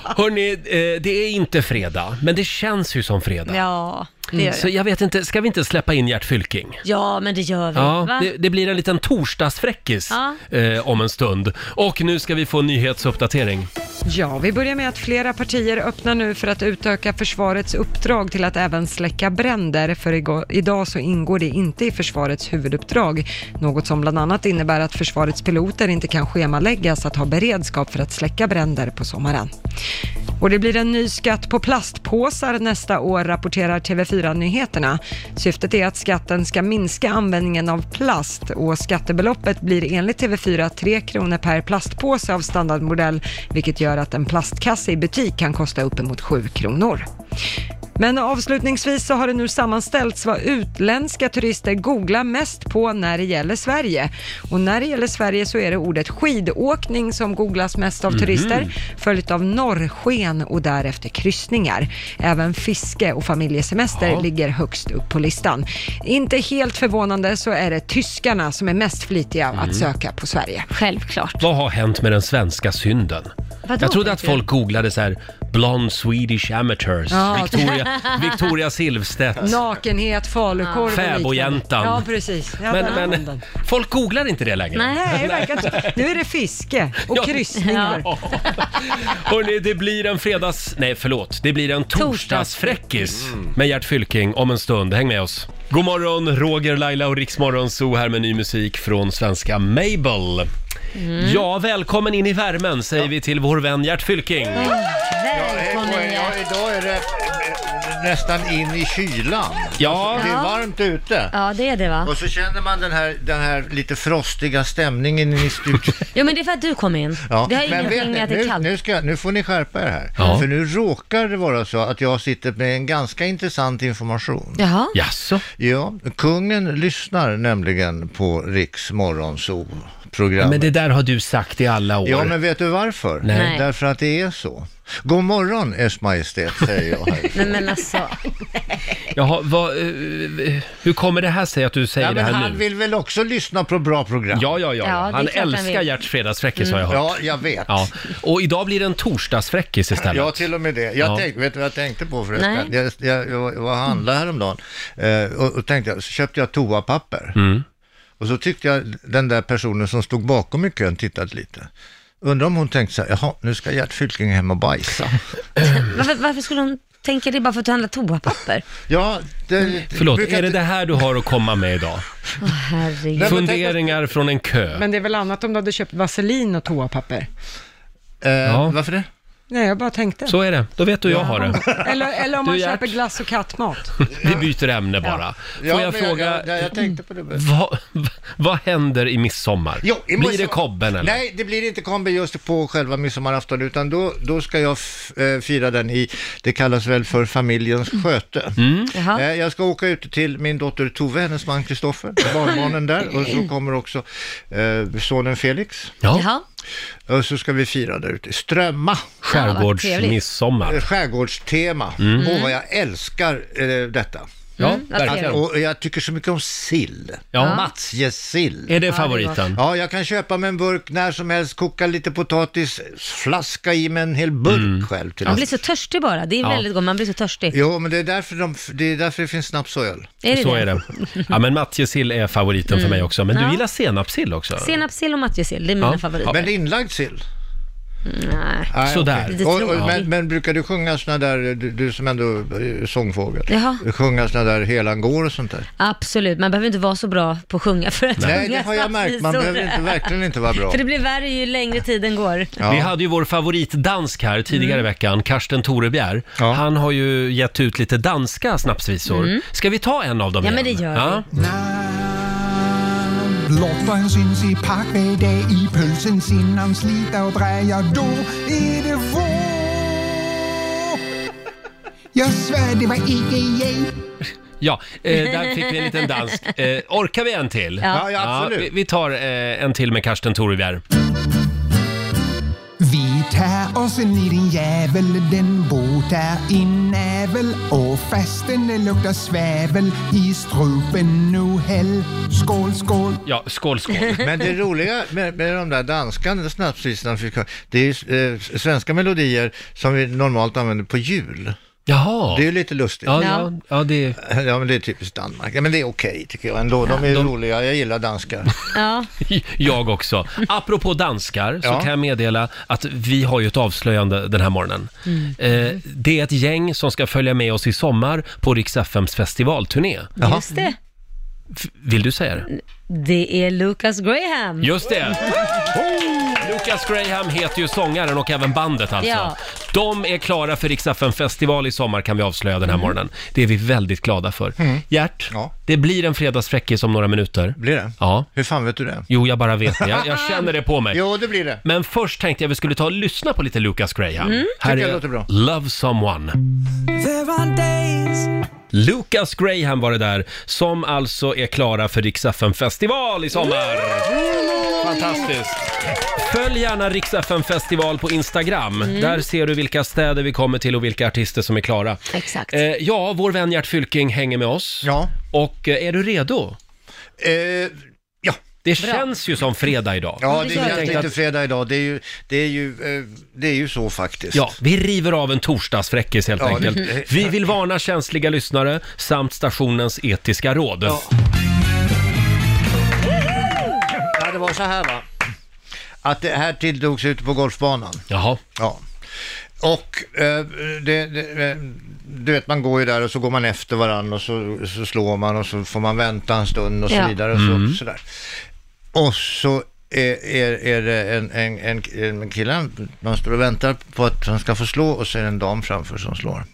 A: Hörni, eh, det är inte fredag, men det känns ju som fredag.
B: Ja, det
O: Mm.
B: gör
A: Så
B: jag.
A: jag vet inte, ska vi inte släppa in Gert Fylking?
B: Ja, men det gör vi.
A: Ja,
B: va?
A: det, det blir en liten torsdagsfräckis
C: Ja.
A: eh, om en stund. Och nu ska vi få en nyhetsuppdatering.
C: Ja, vi börjar med att flera partier öppnar nu för att utöka försvarets uppdrag till att även släcka bränder, för igår, idag så ingår det inte i försvarets huvuduppdrag, något som bland annat innebär att försvarets piloter inte kan schemaläggas att ha beredskap för att släcka bränder på sommaren. Och det blir en ny skatt på plastpåsar nästa år, rapporterar TV4 Nyheterna. Syftet är att skatten ska minska användningen av plast och skattebeloppet blir enligt TV4 3 kronor per plastpåse av standardmodell, vilket gör att en plastkassa i butik kan kosta uppemot 7 kronor. Men avslutningsvis så har det nu sammanställts vad utländska turister googlar mest på när det gäller Sverige. Och när det gäller Sverige så är det ordet skidåkning som googlas mest av
N: Mhm.
C: turister, följt av norrsken och därefter kryssningar. Även fiske och familjesemester
N: Ja.
C: ligger högst upp på listan. Inte helt förvånande så är det tyskarna som är mest flitiga
A: Mm.
C: att söka på Sverige.
B: Självklart.
A: Vad har hänt med den svenska synden?
C: Vadå,
A: jag trodde att
C: tänker du?
A: folk googlade så här “Blond Swedish Amateurs”,
C: Ja.
A: Victoria, Victoria Silvstedt.
C: Nakenhet, falukorv och liknande.
A: Fäbodjäntan.
C: Ja, precis. Ja, där
A: Men,
C: har man
A: men
C: den.
A: folk googlar inte det längre.
C: Nej, det verkar inte. Nu är det fiske och
A: Ja.
C: kryssningar.
A: Hörrni, det blir en fredags... Nej, förlåt. Det blir en torsdagsfräckis med Gert Fylking om en stund. Häng med oss. God morgon, Roger, Laila och Riksmorgon Zoo här med ny musik från svenska Mabel.
O: Mm.
A: Ja, välkommen in i värmen säger vi till vår vän Gert Fylking.
O: Välkommen ja, Idag är det eh, nästan in i kylan.
A: Ja.
O: Alltså, det är
B: Ja.
O: varmt ute.
B: Ja, det är det va?
O: Och så känner man den här, den här lite frostiga stämningen i studion.
B: Jo, men det är för att du kom in.
O: Ja,
B: Det har
O: men vet
B: ingenting
O: ni,
B: med att det är
O: nu,
B: kallt.
O: nu, ska, nu får ni skärpa er här.
A: Ja.
O: För nu råkar det vara så att jag sitter med en ganska intressant information.
B: Jaha.
A: Jaså?
O: Ja, kungen lyssnar nämligen på Riks morgonzoo programmet
A: Men det där har du sagt i alla år.
O: Ja, men vet du varför?
A: Nej.
O: Därför att det är så. God morgon, Ers Majestät, säger jag här.
B: Nej men alltså.
A: Jaha, vad, eh, hur kommer det här sig att du säger
O: Ja,
A: det
O: men
A: här
O: han
A: nu?
O: vill väl också lyssna på bra program?
A: Ja, ja, ja.
O: Ja, det är
A: han
O: klart han
A: älskar
O: vill.
A: Gerts fredagsfräckis har jag
O: Mm.
A: hört.
O: Ja, jag vet.
A: Ja. Och idag blir det en torsdagsfräckis istället.
O: Ja, till och med det. Jag
A: Ja.
O: tänkte, vet du vad jag tänkte på förresten?
A: Nej.
O: Jag, jag, jag, var- jag var och handlade häromdagen eh, och, och tänkte, jag- så köpte jag toapapper.
A: Mm.
O: Och så tyckte jag den där personen som stod bakom i kön tittade lite. Undrar om hon tänkte så här, jaha, nu ska Gert Fylking hem och bajsa.
B: Varför, varför skulle hon tänka det bara för att du handlar toapapper?
O: ja, det,
A: Förlåt,
O: brukar
A: är det
O: inte-
A: det här du har att komma med idag?
B: Åh herregud.
A: Funderingar från en kö.
C: Men det är väl annat om du hade köpt vaselin och toapapper?
A: ja.
O: Varför det?
C: Nej, jag bara tänkte.
A: Så är det. Då vet du jag har det.
C: Eller, eller om
A: Du,
C: man
A: Gert.
C: köper glass och kattmat.
A: Vi byter ämne bara.
O: Ja,
A: Får jag
O: men jag-
A: fråga,
O: jag- jag- jag tänkte på det.
A: vad, vad händer i midsommar?
O: Jo, i
A: Blir det
O: midsommar-
A: kobben eller?
O: Nej, det blir inte kombi just på själva midsommarafton, utan då, då ska jag f- eh, fira den i, det kallas väl för familjens sköte.
B: Jaha.
O: Eh, jag ska åka ut till min dotter Tove, hennes man Kristoffer, barnbarnen där, och så kommer också eh, sonen Felix.
B: Jaha.
O: Och så ska vi fira där ute i Strömma.
A: Skärgårdsmidsommar.
O: Eh, Skärgårdstema.
A: Mm.
O: Åh, vad jag älskar eh, detta.
A: Ja, Mm, vad verkligen. trevligt.
O: Och jag tycker så mycket om sill.
A: Ja.
O: Mats sill.
A: Är det Ja, det är favoriten? gott.
O: Ja, jag kan köpa mig en burk när som helst, koka lite potatis, flaska i mig en hel burk själv till
B: Man
O: och
B: blir
O: med.
B: så törstig bara. Det är
O: Ja.
B: väldigt gott, man blir så törstig.
O: Jo, men det är därför, de, det, är därför det finns snaps och öl.
B: Är det
A: Så
B: det?
A: är det. Ja, men matjessill är favoriten för
B: Mm.
A: mig också. Men du
B: Ja.
A: gillar senapssill också?
B: Senapssill och matjessill, det är mina
A: Ja.
B: favoriter.
A: Men
O: inlagd sill?
B: Nej.
O: Nej,
A: Sådär.
O: okej.
A: Lite
O: Och, och,
A: tråkigt.
O: men, men brukar du sjunga såna där, du, du som ändå är sångfågel,
B: Jaha.
O: sjunga såna där Helan går och sånt där?
B: Absolut, man behöver inte vara så bra på att sjunga för att
O: Nej,
B: sjunga
O: det har jag märkt. Man
B: snabbvisor.
O: behöver inte, verkligen inte vara bra.
B: För det blir värre ju längre tiden går.
A: Vi hade ju vår favoritdansk här tidigare i
B: Mm.
A: veckan, Karsten Torebjer. Han har ju gett ut lite danska snapsvisor.
B: Mm.
A: Ska vi ta en av dem
B: Ja,
A: igen?
B: men det gör vi.
I: Lottaren syns i pack hver dag i pølsen sin. Han sliter og drejer, då er det vår. Jeg svär, det var ikke jeg.
A: Ja, eh, där fick vi en liten dansk. Eh, orkar vi en till?
I: Ja. Ja, absolut.
A: vi, vi tar eh, en till med Karsten Torebjer.
I: Vi tar oss en liten jävel, den botar i nävel och fastän det luktar svävel i strupen nu häll. Skål, skål!
A: Ja, skål, skål.
O: Men det roliga med, med de där danska snapsvisorna, fick höra, det är ju eh, svenska melodier som vi normalt använder på jul.
A: Jaha.
O: Det är ju lite lustigt.
A: Ja, ja, ja, det...
O: ja men det är typiskt Danmark. Ja, men det är okej tycker jag ändå. De är ju roliga, jag gillar danskar.
B: Ja.
A: Jag också. Apropå danskar så
O: Ja.
A: kan jag meddela att vi har ju ett avslöjande den här morgonen.
B: Mm.
A: Eh, det är ett gäng som ska följa med oss i sommar på Rix FMs festivalturné.
B: Just det.
A: Vill du säga det?
B: Det är Lucas Graham.
A: Just det! Lucas Graham heter ju sångaren och även bandet alltså.
F: Ja.
A: De är klara för Rix FM festival i sommar kan vi avslöja den här
F: Mm.
A: morgonen. Det är vi väldigt glada för. Gert, det blir en fredagsfräckis om några minuter.
O: Mm. Blir det?
A: Ja.
O: Hur fan vet du det?
A: Jo, jag bara vet det. Jag, jag känner det på mig.
O: Jo, det blir det.
A: Men först tänkte jag vi skulle ta och lyssna på lite Lucas Graham.
O: Mm.
A: Här
O: Tycker jag
A: är
O: låter bra.
A: Love Someone. Lucas Graham var det där, som alltså är klara för Rix FM festival i sommar. Fantastiskt! Följ gärna Rix FM festival på Instagram.
F: Mm.
A: Där ser du vilka städer vi kommer till och vilka artister som är klara.
B: Exakt.
A: Eh, ja, vår vän Gert Fylking hänger med oss.
O: Ja.
A: Och eh, är du redo?
O: Eh, ja.
A: Det känns ju som fredag idag.
O: Ja, det
A: Så jag
O: är
A: tänkte
O: ju inte
A: att-
O: fredag idag. Det är ju, det är ju, eh, det är ju så faktiskt.
A: Ja, vi river av en torsdagsfräckis helt
O: Ja, det-
A: enkelt. Vi vill varna känsliga lyssnare samt stationens etiska råd.
O: Ja, det var så här va. Att det här tilldogs ute på golfbanan.
A: Jaha.
O: Ja. Och eh, det, det, eh, du vet man går ju där och så går man efter varandra och så, så slår man och så får man vänta en stund och så
F: Ja.
O: vidare. Och, så,
F: Mm.
O: sådär. och så är, är, är det en, en, en, en kille, han- man står och väntar på att han ska få slå och så är det en dam framför som slår.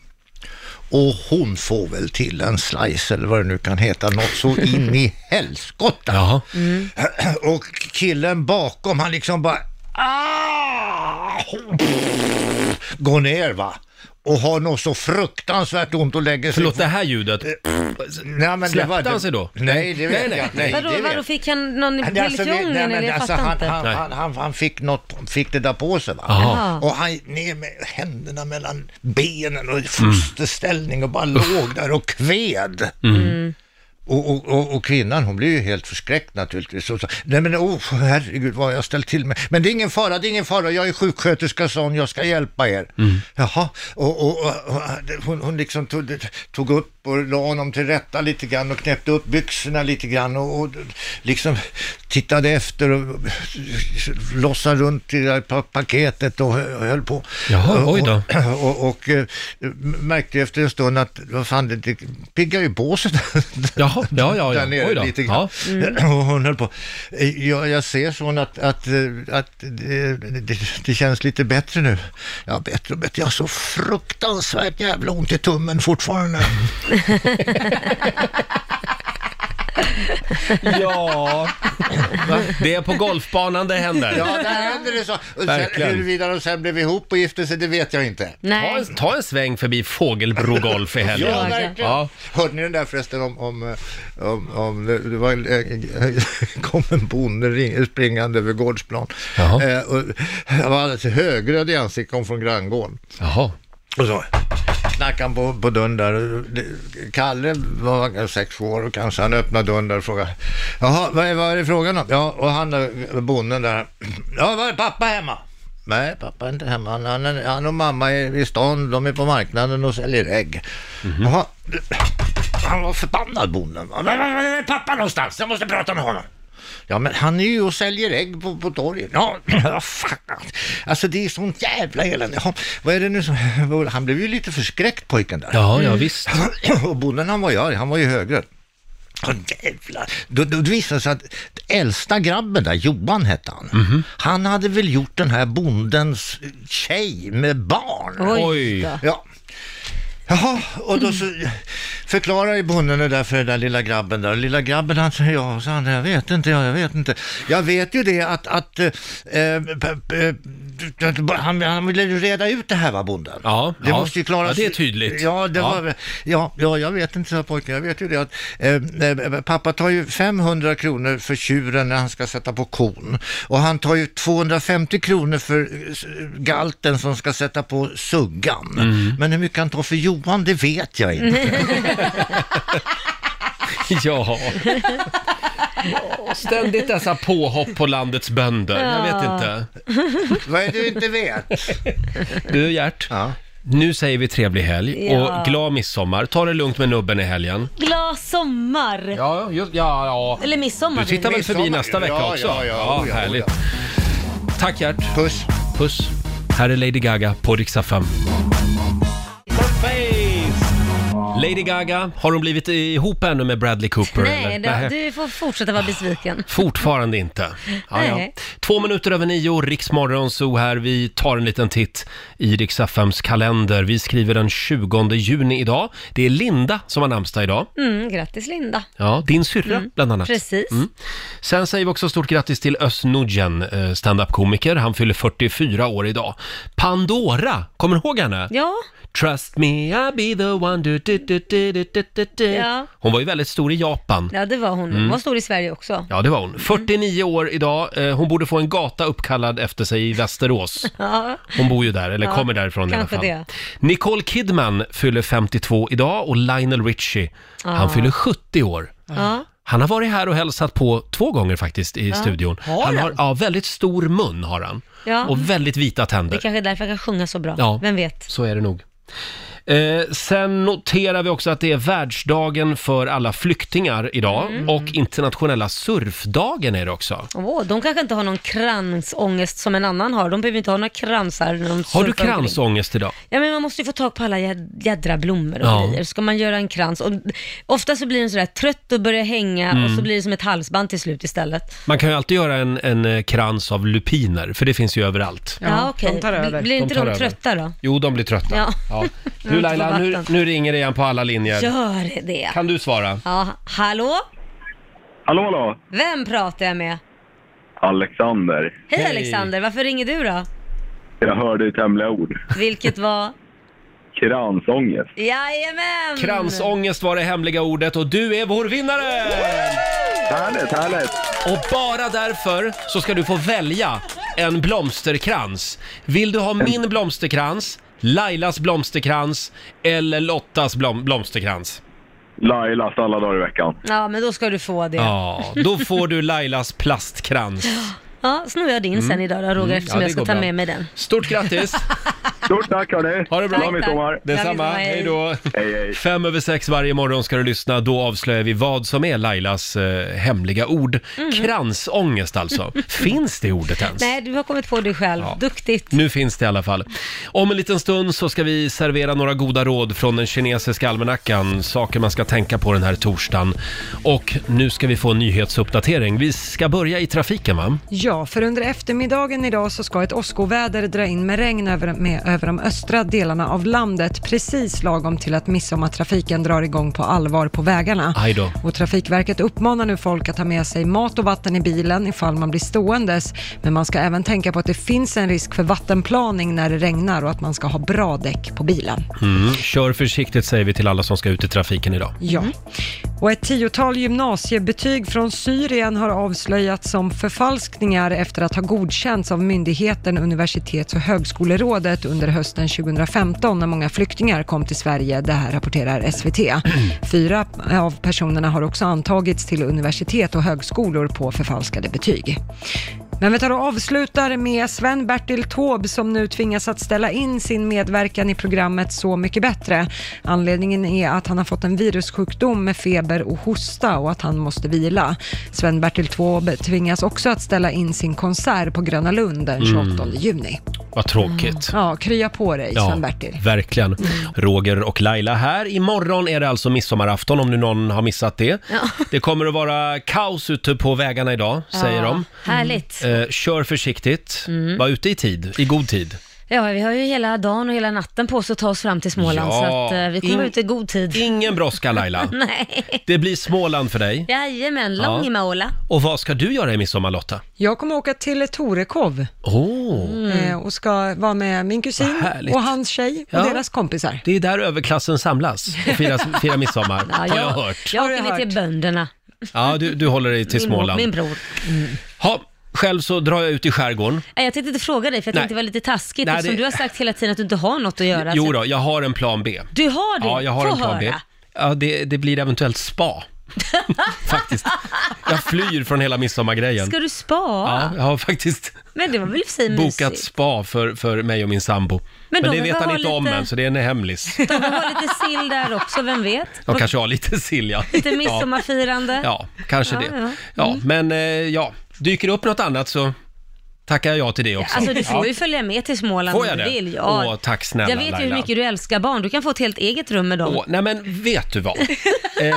O: Och hon får väl till en slice eller vad det nu kan heta, något så in i helskotta. Och killen bakom, han liksom bara Ah! går ner va. Och har något så fruktansvärt ont och lägger sig...
A: Förlåt, det här ljudet.
O: Eh, Nej, men det
A: Släppte
O: var,
A: han sig då?
O: Nej, det vet
A: Nej, nej.
O: jag nej,
B: vadå,
O: det vet
B: vadå, fick han någon
O: Nej, det är alltså, vi-
B: biljettången
O: nej,
B: eller?
O: men
B: Jag
O: alltså,
B: fattar
O: han,
B: inte.
O: han, han, han, han fick, något, fick det där på sig va?
F: Jaha.
O: Och han ner med händerna mellan benen och i fosterställning och bara låg där och kved. Och, och, och, och kvinnan hon blev ju helt förskräckt naturligtvis. Och så, nej men oh, herregud vad har jag ställt till med. Men det är ingen fara, det är ingen fara, jag är sjuksköterska sån, jag ska hjälpa er. Jaha, och, och, och, och hon, hon liksom tog, tog upp och la honom till rätta lite grann och knäppte upp byxorna lite grann och, och liksom tittade efter och lossade runt i det där pa- paketet och hö- höll på.
A: Jaha,
O: Och-
A: oj då.
O: Och, och, eh, märkte ju efter en stund att, vad fan, det, det piggar ju båset
A: Jaha, ja, ja, ja.
O: där nere
A: Oj då.
O: lite grann.
A: Ja. Mm.
O: Och hon höll på. Eh, Jag, jag ser sån att, att, eh, att det, det, det känns lite bättre nu. Ja, bättre och bättre. Jag har så fruktansvärt jävla ont i tummen fortfarande.
A: Ja, det är på golfbanan det händer.
O: Ja, där händer det så. Och sen,
A: Verkligen.
O: huruvida de sen blev ihop och gifte sig, det vet jag inte.
A: Ta, en, ta en sväng förbi Fågelbro Golf i helgen.
O: Ja, verkligen. Hörde ni den där förresten om, om, eh, om, om det det var, en- eh, kom en bonde ring- springande över gårdsplan. Eh, och han var alldeles högröd i ansiktet, kom från granngården.
A: Jaha.
O: Och så knackade han på, på dörren där. Och det- Kalle var sex sju år och kanske han öppnade dörren där och frågade. Jaha, vad är, vad är det frågan om? Ja, och han där, bonden där. Ja, var är pappa hemma? Nej, pappa är inte hemma. Han, han, är- han och mamma är i stan, de är på marknaden och säljer ägg. Jaha, han var förbannad bonden. va? Var, var, var är pappa någonstans? Jag måste prata med honom. Ja, men han är ju och säljer ägg på, på torget. Ja, vad fan. Alltså det är sånt jävla elände. Ja, vad är det nu som... Han blev ju lite förskräckt pojken där.
A: Ja, ja, visst.
O: Och bonden han var ju arg, han var ju högre. Och jävlar. Då, då visade det sig att äldsta grabben där, Johan hette han, han hade väl gjort den här bondens tjej med barn.
F: Oj. Oj.
O: Ja. Jaha, och då så förklarar ju bonden det där för den där lilla grabben där. Och Lilla grabben han säger, ja, så han, jag vet inte, ja, jag vet inte. Jag vet ju det att, att eh, eh, p- p- p- han, han ville ju reda ut det här va, bonden?
A: Ja,
O: det
A: ja.
O: måste ju klaras
A: Ja, det är tydligt.
O: Ja, det
A: Ja.
O: Var, ja, ja, jag vet inte, sa pojken, jag vet ju det att eh, eh, pappa tar ju 500 kronor för tjuren när han ska sätta på kon och han tar ju 250 kronor för eh, s- galten som ska sätta på suggan. Men hur mycket han tar för Johan, det vet jag inte.
A: Ja. Ständigt dessa påhopp på landets bönder. Jag vet inte.
O: Vad är det du inte vet?
A: Du Gert, nu säger vi trevlig helg
B: Ja.
A: och glad midsommar. Ta det lugnt med nubben i helgen.
B: Glad sommar!
A: Ja, just, ja, ja.
B: Eller midsommar.
A: Du tittar väl förbi nästa vecka
B: ja,
A: också?
B: Ja, ja,
A: ja,
B: ja.
A: härligt. Tack Gert.
O: Puss.
A: Puss. Här är Lady Gaga på Riksa 5. Lady Gaga, har hon blivit ihop ännu med Bradley Cooper?
B: Nej,
A: eller?
B: det, du får fortsätta vara besviken.
A: Fortfarande inte. Ja, ja.
B: Nej.
A: Två minuter över nio, Riksmorgon så här. Vi tar en liten titt i Rix FMs kalender. Vi skriver den 20 juni idag. Det är Linda som har namnsdag idag.
B: Mm, grattis Linda.
A: Ja, din syrra
B: Mm,
A: bland annat.
B: precis.
A: Sen säger vi också stort grattis till Özz Nujen, eh, standup-komiker. Han fyller 44 år idag. Pandora, kommer du ihåg henne?
B: Ja.
A: Trust me, I'll be the one. Du, du, du, du, du, du, du, du.
B: Ja.
A: Hon var ju väldigt stor i Japan.
B: Ja, det var hon. Hon
A: Mm.
B: var stor i Sverige också.
A: Ja, det var
B: Mm.
A: hon. 49 år idag. Eh, Hon borde få en gata uppkallad efter sig i Västerås.
B: Ja.
A: Hon bor ju där, eller
B: Ja,
A: kommer därifrån i alla
B: kanske
A: fall.
B: det.
A: Nicole Kidman fyller 52 idag och Lionel Richie,
B: Ja.
A: han fyller 70 år.
B: Ah. Ja.
A: Han har varit här och hälsat på två gånger faktiskt i
B: Ja.
A: studion.
B: Har
A: han har
B: han?
A: ja, väldigt stor mun har han.
B: Ja.
A: Och väldigt vita
B: Det
A: tänder.
B: kanske är därför jag kan sjunga så bra.
A: Ja.
B: Vem vet?
A: Så är det nog. Eh, sen noterar vi också att det är världsdagen för alla flyktingar idag
B: Mm.
A: och internationella surfdagen är det också.
B: Åh, de kanske inte har någon kransångest som en annan har. De behöver inte ha några kransar när de
A: Har du
B: surfar omkring.
A: kransångest idag?
B: Ja, men man måste ju få tag på alla jä- jädra blommor och
A: Ja.
B: grejer. Ska man göra en krans? Och ofta så blir den sådär trött och börjar hänga
A: Mm.
B: och så blir det som ett halsband till slut istället.
A: Man kan ju alltid göra en, en eh, krans av lupiner, för det finns ju överallt.
B: Ja, okej.
N: tar över.
B: Blir- Blir
A: De
B: inte
A: tar
B: de,
A: över.
B: trötta då?
A: Jo, de blir trötta.
B: Ja.
A: Du Laila, nu, nu ringer det igen på alla linjer.
B: Gör det.
A: Kan du svara?
B: Ja, hallå?
L: Hallå, hallå!
B: Vem pratar jag med?
L: Alexander.
B: Hej, Alexander, varför ringer du då?
L: Jag hörde ett hemliga ord.
B: Vilket var?
L: Kransångest.
B: Jajamän!
A: Kransångest var det hemliga ordet och du är vår vinnare!
L: Härligt, härligt!
A: Och bara därför så ska du få välja en blomsterkrans. Vill du ha min blomsterkrans, Lailas blomsterkrans eller Lottas blom- blomsterkrans?
L: Lailas alla dagar i veckan.
B: Ja, men då ska du få det.
A: Ja, då får du Lailas plastkrans.
B: Ja, snor jag din sen
A: Mm.
B: idag då, Roger,
A: Mm,
B: eftersom
A: ja,
B: jag
A: det
B: ska
A: går
B: ta
A: bra.
B: med mig den.
A: Stort grattis!
L: Stort tack hörni!
A: Ha det bra!
B: Tack, tack.
A: Detsamma,
B: Ja, vi
A: hej
B: tar-
A: då! Fem över sex varje morgon ska du lyssna, då avslöjar vi vad som är Lailas eh, hemliga ord. Kransångest alltså. Finns det ordet ens?
B: Mhm. Nej, du har kommit på det själv. Duktigt.
A: Nu finns det i alla fall. Om en liten stund så ska vi servera några goda råd från den kinesiska almanackan. Saker man ska tänka på den här torsdagen. Och nu ska vi få en nyhetsuppdatering. Vi ska börja i trafiken va?
C: Ja, för under eftermiddagen idag så ska ett åskoväder dra in med regn över, med, över de östra delarna av landet, precis lagom till att midsommartrafiken drar igång på allvar på vägarna.
A: Aj då.
C: Och Trafikverket uppmanar nu folk att ta med sig mat och vatten i bilen ifall man blir ståendes, men man ska även tänka på att det finns en risk för vattenplaning när det regnar och att man ska ha bra däck på bilen.
A: Mm. Kör försiktigt säger vi till alla som ska ut i trafiken idag.
C: Ja. Och ett tiotal gymnasiebetyg från Syrien har avslöjats som förfalskningar efter att ha godkänts av myndigheten Universitets och högskolerådet under hösten 2015 när många flyktingar kom till Sverige. Det här rapporterar SVT. Fyra av personerna har också antagits till universitet och högskolor på förfalskade betyg. Men vi tar och avslutar med Sven-Bertil Taube som nu tvingas att ställa in sin medverkan i programmet Så mycket bättre. Anledningen är att han har fått en virussjukdom med feber och hosta och att han måste vila. Sven-Bertil Taube tvingas också att ställa in sin konsert på Gröna Lund den 28
A: Mm.
C: juni.
A: Vad tråkigt.
C: Mm. Ja, krya på dig Sven-Bertil.
A: verkligen. Roger och Laila här. Imorgon är det alltså midsommarafton om nu någon har missat det. Det kommer att vara kaos ute på vägarna idag, säger de.
B: Härligt.
A: Eh, kör försiktigt,
B: Mm.
A: var ute i tid, i god tid.
B: Ja, vi har ju hela dagen och hela natten på oss att ta oss fram till Småland,
A: Ja.
B: så att eh, vi kommer
A: In-
B: ut i god tid.
A: Ingen brådska Laila.
B: Nej.
A: Det blir Småland för dig.
B: Jajamän,
A: Ja.
B: Långimaola.
A: Och vad ska du göra i midsommar Lotta?
C: Jag kommer åka till Torekov
A: Åh,
C: eh, och ska vara med min kusin
A: Vad härligt.
C: och hans tjej och
A: Ja.
C: deras kompisar.
A: det är där överklassen samlas och firar, firar midsommar,
B: Ja,
A: har jag hört.
B: Jag åker ner till bönderna.
A: Ja, du, du håller dig till
B: min,
A: Småland.
B: Min bror.
A: Ha, själv så drar jag ut i skärgården.
B: Nej, jag tänkte inte fråga dig, för jag
A: Nej.
B: tänkte det var lite taskigt,
A: Nej,
B: eftersom
A: det-
B: du har sagt hela tiden att du inte har något att göra.
A: Jo
B: Så-
A: då, jag har en plan B.
B: Du har det?
A: Ja, jag har
B: Få
A: en plan B.
B: höra.
A: Ja, det, det blir eventuellt spa. faktiskt. Jag flyr från hela midsommargrejen.
B: Ska du spa?
A: Ja, jag har faktiskt
B: Men det var väl i och för sig
A: bokat
B: mysigt?
A: spa för, för mig och min sambo. Men,
B: Men de
A: det vet
B: behöver
A: han
B: ha
A: inte om
B: lite-
A: än, så det är en hemlis.
B: De kan ha lite sill där också, vem vet?
A: De kanske har lite sill, ja.
B: Lite
A: Ja.
B: midsommarfirande.
A: Ja, kanske
B: Ja,
A: det.
B: ja.
A: Ja, men eh, ja, dyker det upp något annat så tackar jag till det också.
B: Alltså du får ju följa med till Småland
A: Får jag
B: om du
A: det?
B: vill. Ja.
A: Åh, tack snälla
B: Jag vet ju hur
A: Laila.
B: mycket du älskar barn. Du kan få ett helt eget rum med dem.
A: Åh, nej men vet du vad? Eh,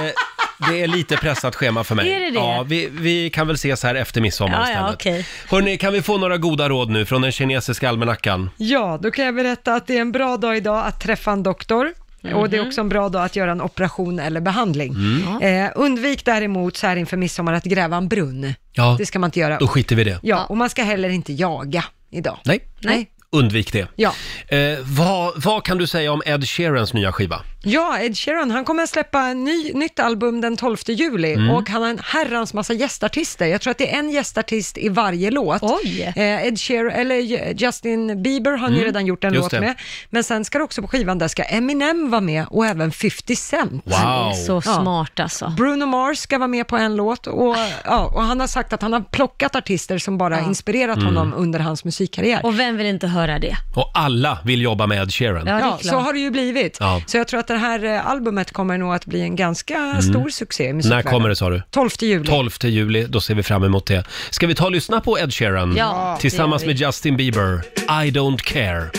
A: det är lite pressat schema för mig.
B: Är det det?
A: Ja, vi, vi kan väl ses här efter midsommar
C: Ja, ja,
A: istället.
C: okej.
A: Hörrni, kan vi få några goda råd nu från den kinesiska almanackan?
C: Ja, då kan jag berätta att det är en bra dag idag att träffa en doktor. Och det är också en bra dag att göra en operation eller behandling.
A: Mhm. Mm.
C: Eh, undvik däremot så här inför midsommar att gräva en brunn.
A: Ja,
C: Det ska man inte göra.
A: Då skiter vi i det.
C: Ja, och man ska heller inte jaga idag.
A: Nej.
C: Nej.
A: Undvik det.
C: Ja.
A: Eh, vad, vad kan du säga om Ed Sheerans nya skiva?
C: Ja, Ed Sheeran, han kommer att släppa en ny, nytt album den 12 juli
A: Mm.
C: och han har en herrans massa gästartister. Jag tror att det är en gästartist i varje låt. Oj! Eh, Ed Sheeran, eller J- Justin Bieber har han ju
N: Mm.
C: redan gjort en
N: Just
C: låt
N: det.
C: med. Men sen ska det också på skivan, där ska Eminem vara med och även 50 Cent.
B: Wow. Han är så smart
C: alltså. Bruno Mars ska vara med på en låt och, ja, och han har sagt att han har plockat artister som bara inspirerat
A: Mm.
C: honom under hans musikkarriär.
B: Och vem vill inte höra det?
A: Och alla vill jobba med Ed Sheeran.
C: Ja, så har det ju blivit.
A: Ja.
C: Så jag tror att det här eh, albumet kommer nog att bli en ganska
A: Mm.
C: stor succé i
A: När
C: musikvärlden.
A: kommer det sa du?
C: 12 juli.
A: 12 juli, då ser vi fram emot det. Ska vi ta och lyssna på Ed Sheeran
C: Ja,
A: tillsammans
C: det
A: med
C: gör vi.
A: Justin Bieber, I don't care.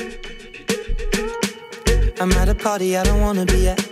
P: I'm at a party I don't wanna be at.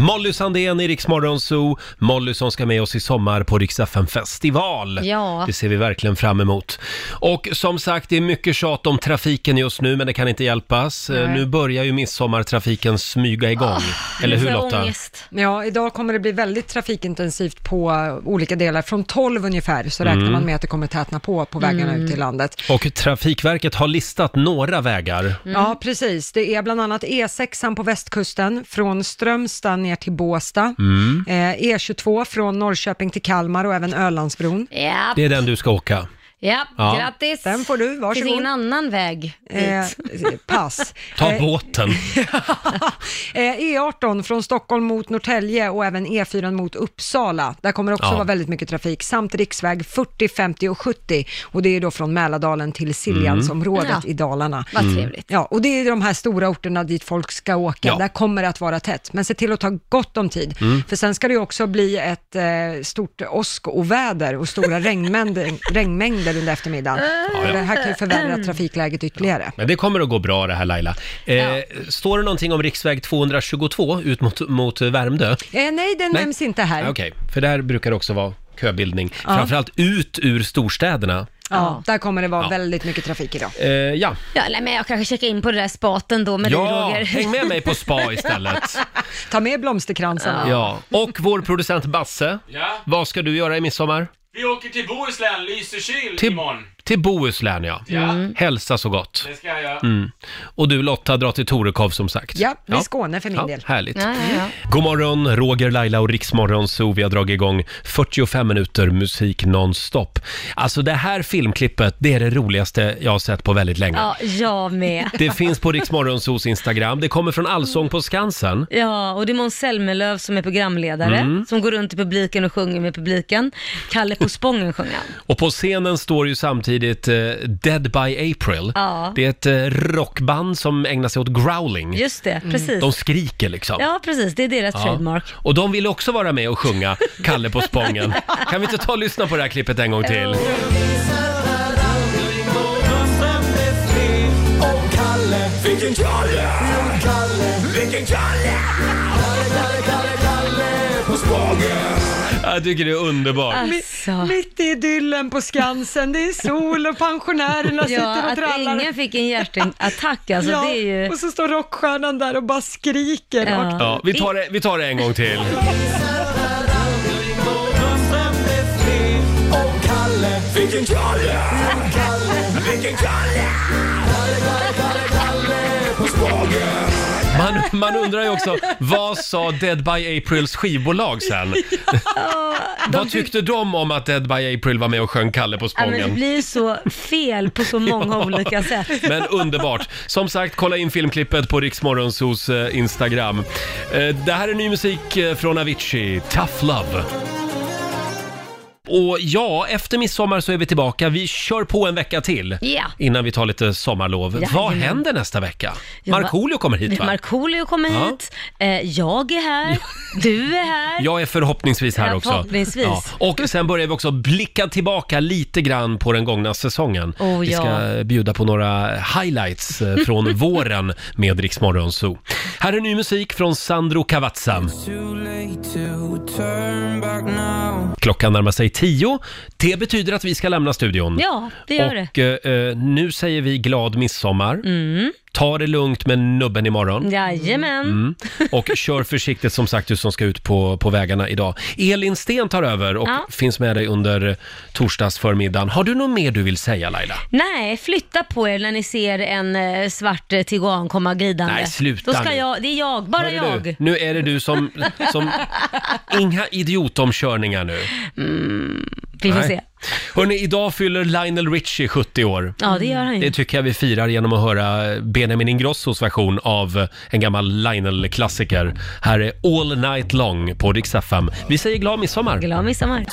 A: Molly Sandén i Rix Morgon Zoo. Molly som ska med oss i sommar på Rix FM festival.
D: Ja.
A: Det ser vi verkligen fram emot. Och som sagt, det är mycket tjat om trafiken just nu, men det kan inte hjälpas. Eh,
C: Nej. Ah,
A: Nu börjar ju midsommartrafiken smyga igång. Eller hur Lotta?
C: Ja, idag kommer det bli väldigt trafikintensivt på eh, olika delar. Från 12 ungefär så räknar
A: Mm.
C: man med att det kommer tätna på på vägarna
A: Mm.
C: ut i landet.
A: Och Trafikverket har listat några vägar.
C: Ja, precis. Det är bland annat E6 på västkusten, från Strömstad ner till Båstad.
A: Mm.
C: Eh, E22 från Norrköping till Kalmar och även Ölandsbron.
B: Ja,
A: Det är den du ska åka.
B: ja.
A: Ja.
B: grattis.
C: Den får du, varsågod.
B: Finns ingen annan väg dit.
C: Eh, pass.
A: Ta
C: Eh,
A: båten.
C: Eh, E18 från Stockholm mot Norrtälje och även E4 mot Uppsala. Där kommer det också
A: Ja.
C: vara väldigt mycket trafik. Samt riksväg 40, 50 och 70. Och det är då från Mälardalen till Siljansområdet
B: Mm. Ja.
C: i Dalarna.
B: Vad Mm. trevligt.
C: Ja, och det är de här stora orterna dit folk ska åka.
B: Ja.
C: Där kommer det att vara tätt. Men se till att ta gott om tid.
A: Mm.
C: För sen ska det ju också bli ett eh, stort åskoväder och stora regnmängder, regnmängder under eftermiddagen.
A: ja.
C: Det här kan ju förvärra trafikläget ytterligare.
A: Men det kommer att gå bra det här Laila. Eh, Står det någonting om riksväg 222 ut mot, mot Värmdö?
C: Eh, nej, den
A: Nej.
C: nämns inte här.
A: Ja, Okej, för där brukar det också vara köbildning.
C: Ja.
A: Framförallt ut ur storstäderna.
C: Ja, där kommer det vara
A: Ja.
C: väldigt mycket trafik idag.
A: Eh, ja,
B: Ja, nej, men jag kanske checkar in på det där spaten då med dig
A: ja
B: Roger.
A: häng med mig på spa istället.
C: Ta med blomsterkransarna.
A: Ja. Och vår producent Basse,
Q: Ja?
A: vad ska du göra i midsommar?
Q: Vi åker till Bohuslän, Lysekil
A: Till,
Q: imorgon.
A: till Bohuslän ja.
Q: Ja. Mm.
A: Hälsa så gott.
Q: Det ska jag göra.
A: Mm. Och du Lotta drar till Torekov som sagt.
C: Ja, det är Skåne för min
A: ja,
C: del.
A: Härligt. Mm.
C: Ja, ja, ja.
A: God morgon, Roger, Laila och Riksmorgon Zoo. Vi har dragit igång 45 minuter musik nonstop. Alltså det här filmklippet, det är det roligaste jag har sett på väldigt länge.
B: Ja, jag med.
A: Det finns på Riksmorgon Zoos Instagram. Det kommer från Allsång på Skansen.
B: Ja, och det är Måns Zelmerlöw som är programledare,
A: Mm.
B: som går runt i publiken och sjunger med publiken. Kalle på Spången sjunger han.
A: Och på scenen står ju samtidigt eh, Dead by April.
B: Ja.
A: Det är ett eh, rockband som ägnar sig åt growling.
B: Just det, precis.
A: De skriker liksom.
B: Ja, precis. Det är deras
A: Ja.
B: trademark.
A: Och de vill också vara med och sjunga Kalle på Spången. Kan vi inte ta och lyssna på det här klippet en gång till?
F: Kalle, vilken Kalle! Kalle, vilken Kalle! Kalle, Kalle, Kalle, Kalle på Spången!
A: Jag tycker det är underbart.
B: Alltså.
C: Mi- Mitt i idyllen på Skansen, det är sol och pensionärerna sitter
B: Ja,
C: och
B: att
C: trallar.
B: ingen fick en hjärtattack alltså,
C: ja,
B: det är ju...
C: Och så står rockstjärnan där och bara skriker.
B: Ja.
A: Ja, vi tar det, vi tar det en gång till.
F: Kalle, vilken Kalle! Kalle, vilken Kalle! Kalle, Kalle, Kalle, Kalle på Spången!
A: Man, man undrar ju också, vad sa Dead by Aprils skivbolag sen? Vad tyckte de om att Dead by April var med och sjöng Kalle på
B: Ja, men det
A: Spången?
B: blir så fel på så många olika sätt.
A: Men underbart. Som sagt, kolla in filmklippet på Riksmorgonsos Instagram. Eh, Det här är ny musik eh, från Avicii, Tough Love. Och ja, efter midsommar så är vi tillbaka. Vi kör på en vecka till
B: Ja.
A: innan vi tar lite sommarlov.
B: Jajamän.
A: Vad händer nästa vecka?
B: Ja,
A: Markoolio kommer hit va?
B: Markoolio kommer
A: Ja.
B: hit, eh, jag är här, du är här.
A: Jag är förhoppningsvis här
B: Ja,
A: också.
B: förhoppningsvis.
A: Och sen börjar vi också blicka tillbaka lite grann på den gångna säsongen.
B: Oh,
A: vi ska
B: ja.
A: bjuda på några highlights eh, från våren med Rix Morgon Zoo. Här är ny musik från Sandro Cavazza. Klockan närmar sig tio. Det betyder att vi ska lämna studion.
B: Ja, det gör
A: Och eh, nu säger vi glad midsommar.
B: Mm.
A: Ta det lugnt med nubben imorgon.
B: Jajamän.
A: Mm. Och kör försiktigt som sagt du som ska ut på, på vägarna idag. Elin Sten tar över och
B: Ja.
A: finns med dig under torsdagsförmiddagen. Har du något mer du vill säga Laila?
B: Nej, flytta på er när ni ser en eh, svart eh, tiguan komma glidande.
A: Nej, sluta
B: Då ska
A: nu.
B: jag, det är jag, bara
A: Hörru
B: jag.
A: Du, nu är det du som... som inga idiotomkörningar nu.
B: Mm. vi får se.
A: Hörrni, idag fyller Lionel Richie 70 år.
B: Ja, det gör han ju.
A: Det tycker jag vi firar genom att höra Benjamin Ingrossos version av en gammal Lionel-klassiker. Här är All Night Long på Rix FM. Vi säger glad midsommar!
B: Glad midsommar!